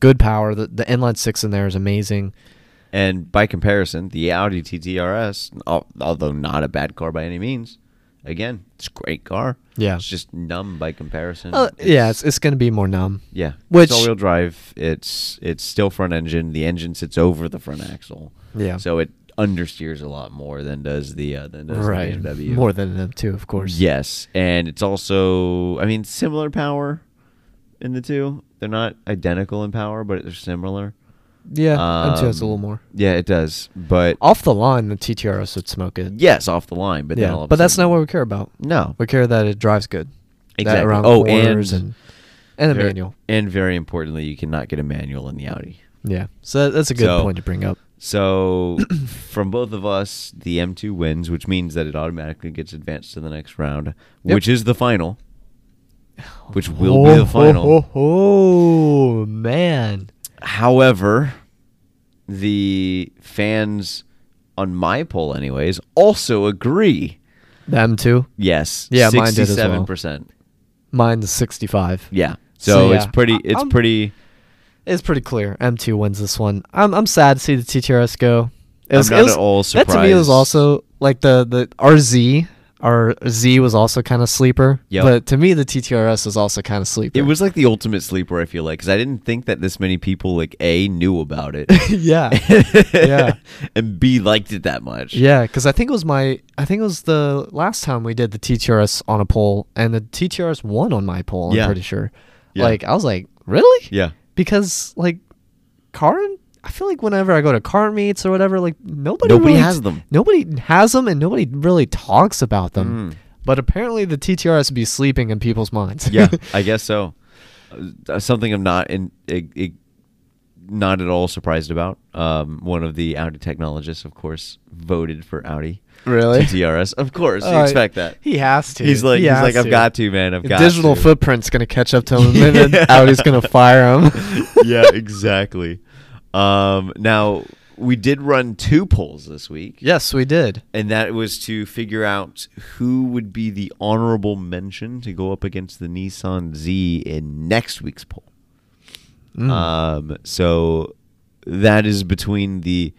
Speaker 2: good power. The, the inline six in there is amazing.
Speaker 1: And by comparison, the Audi TTRS, al- although not a bad car by any means, again, it's a great car.
Speaker 2: Yeah.
Speaker 1: It's just numb by comparison.
Speaker 2: Uh, yeah, it's, it's going to be more numb.
Speaker 1: Yeah,
Speaker 2: Which-
Speaker 1: all wheel drive. It's it's still front engine. The engine sits over the front axle.
Speaker 2: Yeah.
Speaker 1: so it understeers a lot more than does the uh, than does
Speaker 2: Right.
Speaker 1: the BMW.
Speaker 2: More than an M2, of course.
Speaker 1: yes, and it's also I mean similar power in the two. They're not identical in power, but they're similar.
Speaker 2: Yeah. M2 has a
Speaker 1: Um,
Speaker 2: little more.
Speaker 1: Yeah, it does. But
Speaker 2: Off the line, the TTRS would smoke it.
Speaker 1: yes, off the line. But then all
Speaker 2: yeah.
Speaker 1: of a
Speaker 2: But that's
Speaker 1: sudden-
Speaker 2: not what we care about.
Speaker 1: No,
Speaker 2: We care that it drives good. That
Speaker 1: Exactly.
Speaker 2: around
Speaker 1: Oh,
Speaker 2: corners
Speaker 1: and-
Speaker 2: and and a
Speaker 1: Very-
Speaker 2: manual.
Speaker 1: And very importantly, you cannot get a manual in the Audi.
Speaker 2: Yeah. So that's a good
Speaker 1: So-
Speaker 2: point to bring up.
Speaker 1: So, from both of us, the M2 wins, which means that it automatically gets advanced to the next round,
Speaker 2: Yep.
Speaker 1: which is the final, which will be the final.
Speaker 2: Oh man.
Speaker 1: However, the fans on my poll, anyways, also agree.
Speaker 2: Them too.
Speaker 1: Yes,
Speaker 2: Yeah, mine did as well.
Speaker 1: sixty-seven percent.
Speaker 2: Mine's sixty five.
Speaker 1: Yeah, so,
Speaker 2: So,
Speaker 1: it's
Speaker 2: yeah,
Speaker 1: pretty.
Speaker 2: I-
Speaker 1: It's
Speaker 2: I'm-
Speaker 1: pretty.
Speaker 2: It's pretty clear. M two wins this one. I'm I'm sad to see the TTRS go.
Speaker 1: I'm not at all
Speaker 2: That to me was
Speaker 1: surprised.
Speaker 2: also like the the RZ Our Z was also kind of sleeper.
Speaker 1: Yep.
Speaker 2: But to me, the TTRS was also kind of sleeper.
Speaker 1: It was like the ultimate sleeper, I feel like, because I didn't think that this many people, like, A, knew about it.
Speaker 2: yeah. Yeah.
Speaker 1: And B, liked it that much.
Speaker 2: Yeah, because I think it was my, I think it was the last time we did the TTRS on a poll, and the TTRS won on my poll. I'm
Speaker 1: Yeah.
Speaker 2: pretty sure.
Speaker 1: Yeah.
Speaker 2: Like I was like, really?
Speaker 1: Yeah.
Speaker 2: Because like, Karin, I feel like whenever I go to car meets or whatever, like nobody
Speaker 1: Nobody
Speaker 2: really-
Speaker 1: has them.
Speaker 2: Nobody has them, and nobody really talks about them.
Speaker 1: Mm.
Speaker 2: But apparently, the TTRS be sleeping in people's minds.
Speaker 1: Yeah, I guess so. Uh, something I'm not in, it, it, not at all surprised about. Um, one of the Audi technologists, of course, voted for Audi.
Speaker 2: Really?
Speaker 1: TTRS, of course. you
Speaker 2: Uh,
Speaker 1: expect that.
Speaker 2: He has to.
Speaker 1: He's like,
Speaker 2: He
Speaker 1: he's like,
Speaker 2: has
Speaker 1: I've got to, man. I've
Speaker 2: The
Speaker 1: got
Speaker 2: digital
Speaker 1: to.
Speaker 2: footprint's gonna catch up to him, and
Speaker 1: Yeah.
Speaker 2: then Audi's gonna fire him.
Speaker 1: yeah, exactly. Um, now we did run two polls this week,
Speaker 2: yes, we did.
Speaker 1: and that was to figure out who would be the honorable mention to go up against the Nissan Z in next week's poll.
Speaker 2: Mm.
Speaker 1: Um, so that is between the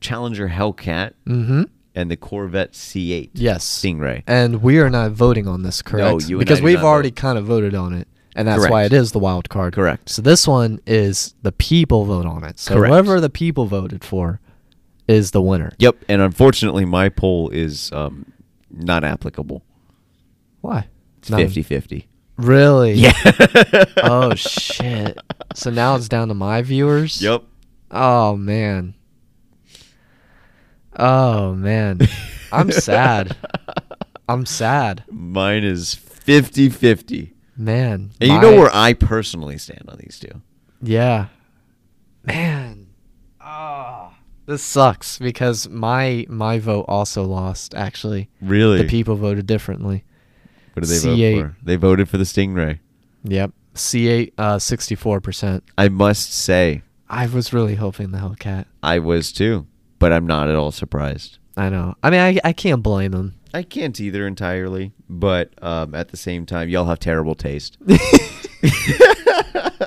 Speaker 1: Challenger Hellcat
Speaker 2: Mm-hmm.
Speaker 1: and the Corvette C8
Speaker 2: Yes.
Speaker 1: Stingray.
Speaker 2: And we are not voting on this, correct?
Speaker 1: you and I
Speaker 2: because
Speaker 1: do
Speaker 2: we've
Speaker 1: not
Speaker 2: already
Speaker 1: vote.
Speaker 2: kind of voted on it, and that's
Speaker 1: Correct.
Speaker 2: why it is the wild card.
Speaker 1: Correct.
Speaker 2: So this one is the people vote on it. So
Speaker 1: Correct.
Speaker 2: whoever the people voted for is the winner.
Speaker 1: Yep, and unfortunately, my poll is um, not applicable.
Speaker 2: Why?
Speaker 1: It's
Speaker 2: None.
Speaker 1: 50 50.
Speaker 2: Really?
Speaker 1: Yeah.
Speaker 2: oh shit. So now it's down to my viewers.
Speaker 1: Yep.
Speaker 2: Oh man. Oh man. I'm sad. I'm sad.
Speaker 1: Mine is 50 50.
Speaker 2: Man.
Speaker 1: And you
Speaker 2: my-
Speaker 1: know where I personally stand on these two.
Speaker 2: Yeah. Man. Ah. This sucks because my my vote also lost actually.
Speaker 1: Really?
Speaker 2: The people voted differently.
Speaker 1: what did they
Speaker 2: C8.
Speaker 1: vote for? They voted for the Stingray.
Speaker 2: Yep. C8 uh 64%.
Speaker 1: I must say,
Speaker 2: I was really hoping the Hellcat.
Speaker 1: I was too, but I'm not at all surprised.
Speaker 2: I know. I mean I I can't blame them.
Speaker 1: I can't either entirely, but um, at the same time, y'all have terrible taste.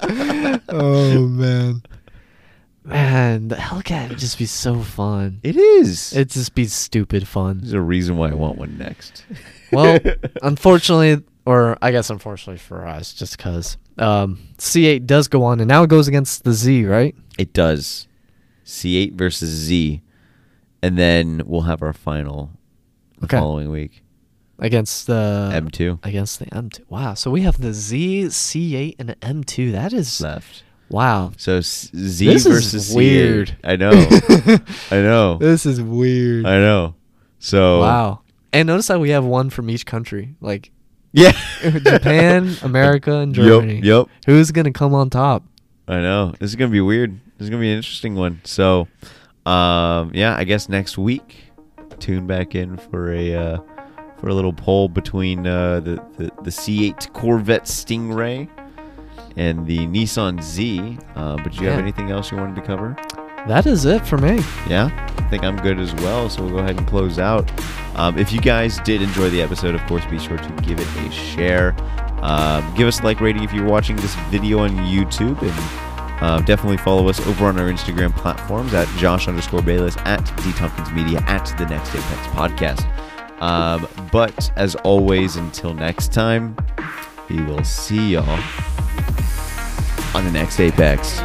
Speaker 2: oh man. Man, the Hellcat would just be so fun.
Speaker 1: It is.
Speaker 2: It'd just be stupid fun.
Speaker 1: There's a reason why I want one next.
Speaker 2: Well, unfortunately, or I guess unfortunately for us, just because um, C8 does go on, and now it goes against the Z, right?
Speaker 1: It does. C8 versus Z. And then we'll have our final the
Speaker 2: Okay. Uh,
Speaker 1: following week.
Speaker 2: Against the
Speaker 1: M2.
Speaker 2: Against the M2. Wow. So we have the Z, C8, and M2. That is
Speaker 1: Left.
Speaker 2: wow.
Speaker 1: So S- Z
Speaker 2: This is
Speaker 1: versus C8.
Speaker 2: weird.
Speaker 1: I know. I know.
Speaker 2: This is weird.
Speaker 1: I know. So
Speaker 2: Wow. And notice that we have one from each country, like
Speaker 1: Yeah.
Speaker 2: Japan, America, and
Speaker 1: Yep,
Speaker 2: Germany.
Speaker 1: yep.
Speaker 2: Who's gonna come on top?
Speaker 1: I know. This is gonna be weird. This is gonna be an interesting one. So, um, yeah, I guess next week, tune back in for a uh, for a little poll between uh, the, the the C8 Corvette Stingray and the Nissan Z. Uh, but do you have
Speaker 2: Yeah.
Speaker 1: anything else you wanted to cover?
Speaker 2: That is it for me.
Speaker 1: Yeah, I think I'm good as well. So we'll go ahead and close out. Um, if you guys did enjoy the episode, of course, be sure to give it a share. Um, give us a like rating if you're watching this video on YouTube, and uh, definitely follow us over on our Instagram platforms at Josh underscore Bayless at D Tompkins Media at the Next Apex Podcast. Um, but as always, until next time, we will see y'all on the next Apex.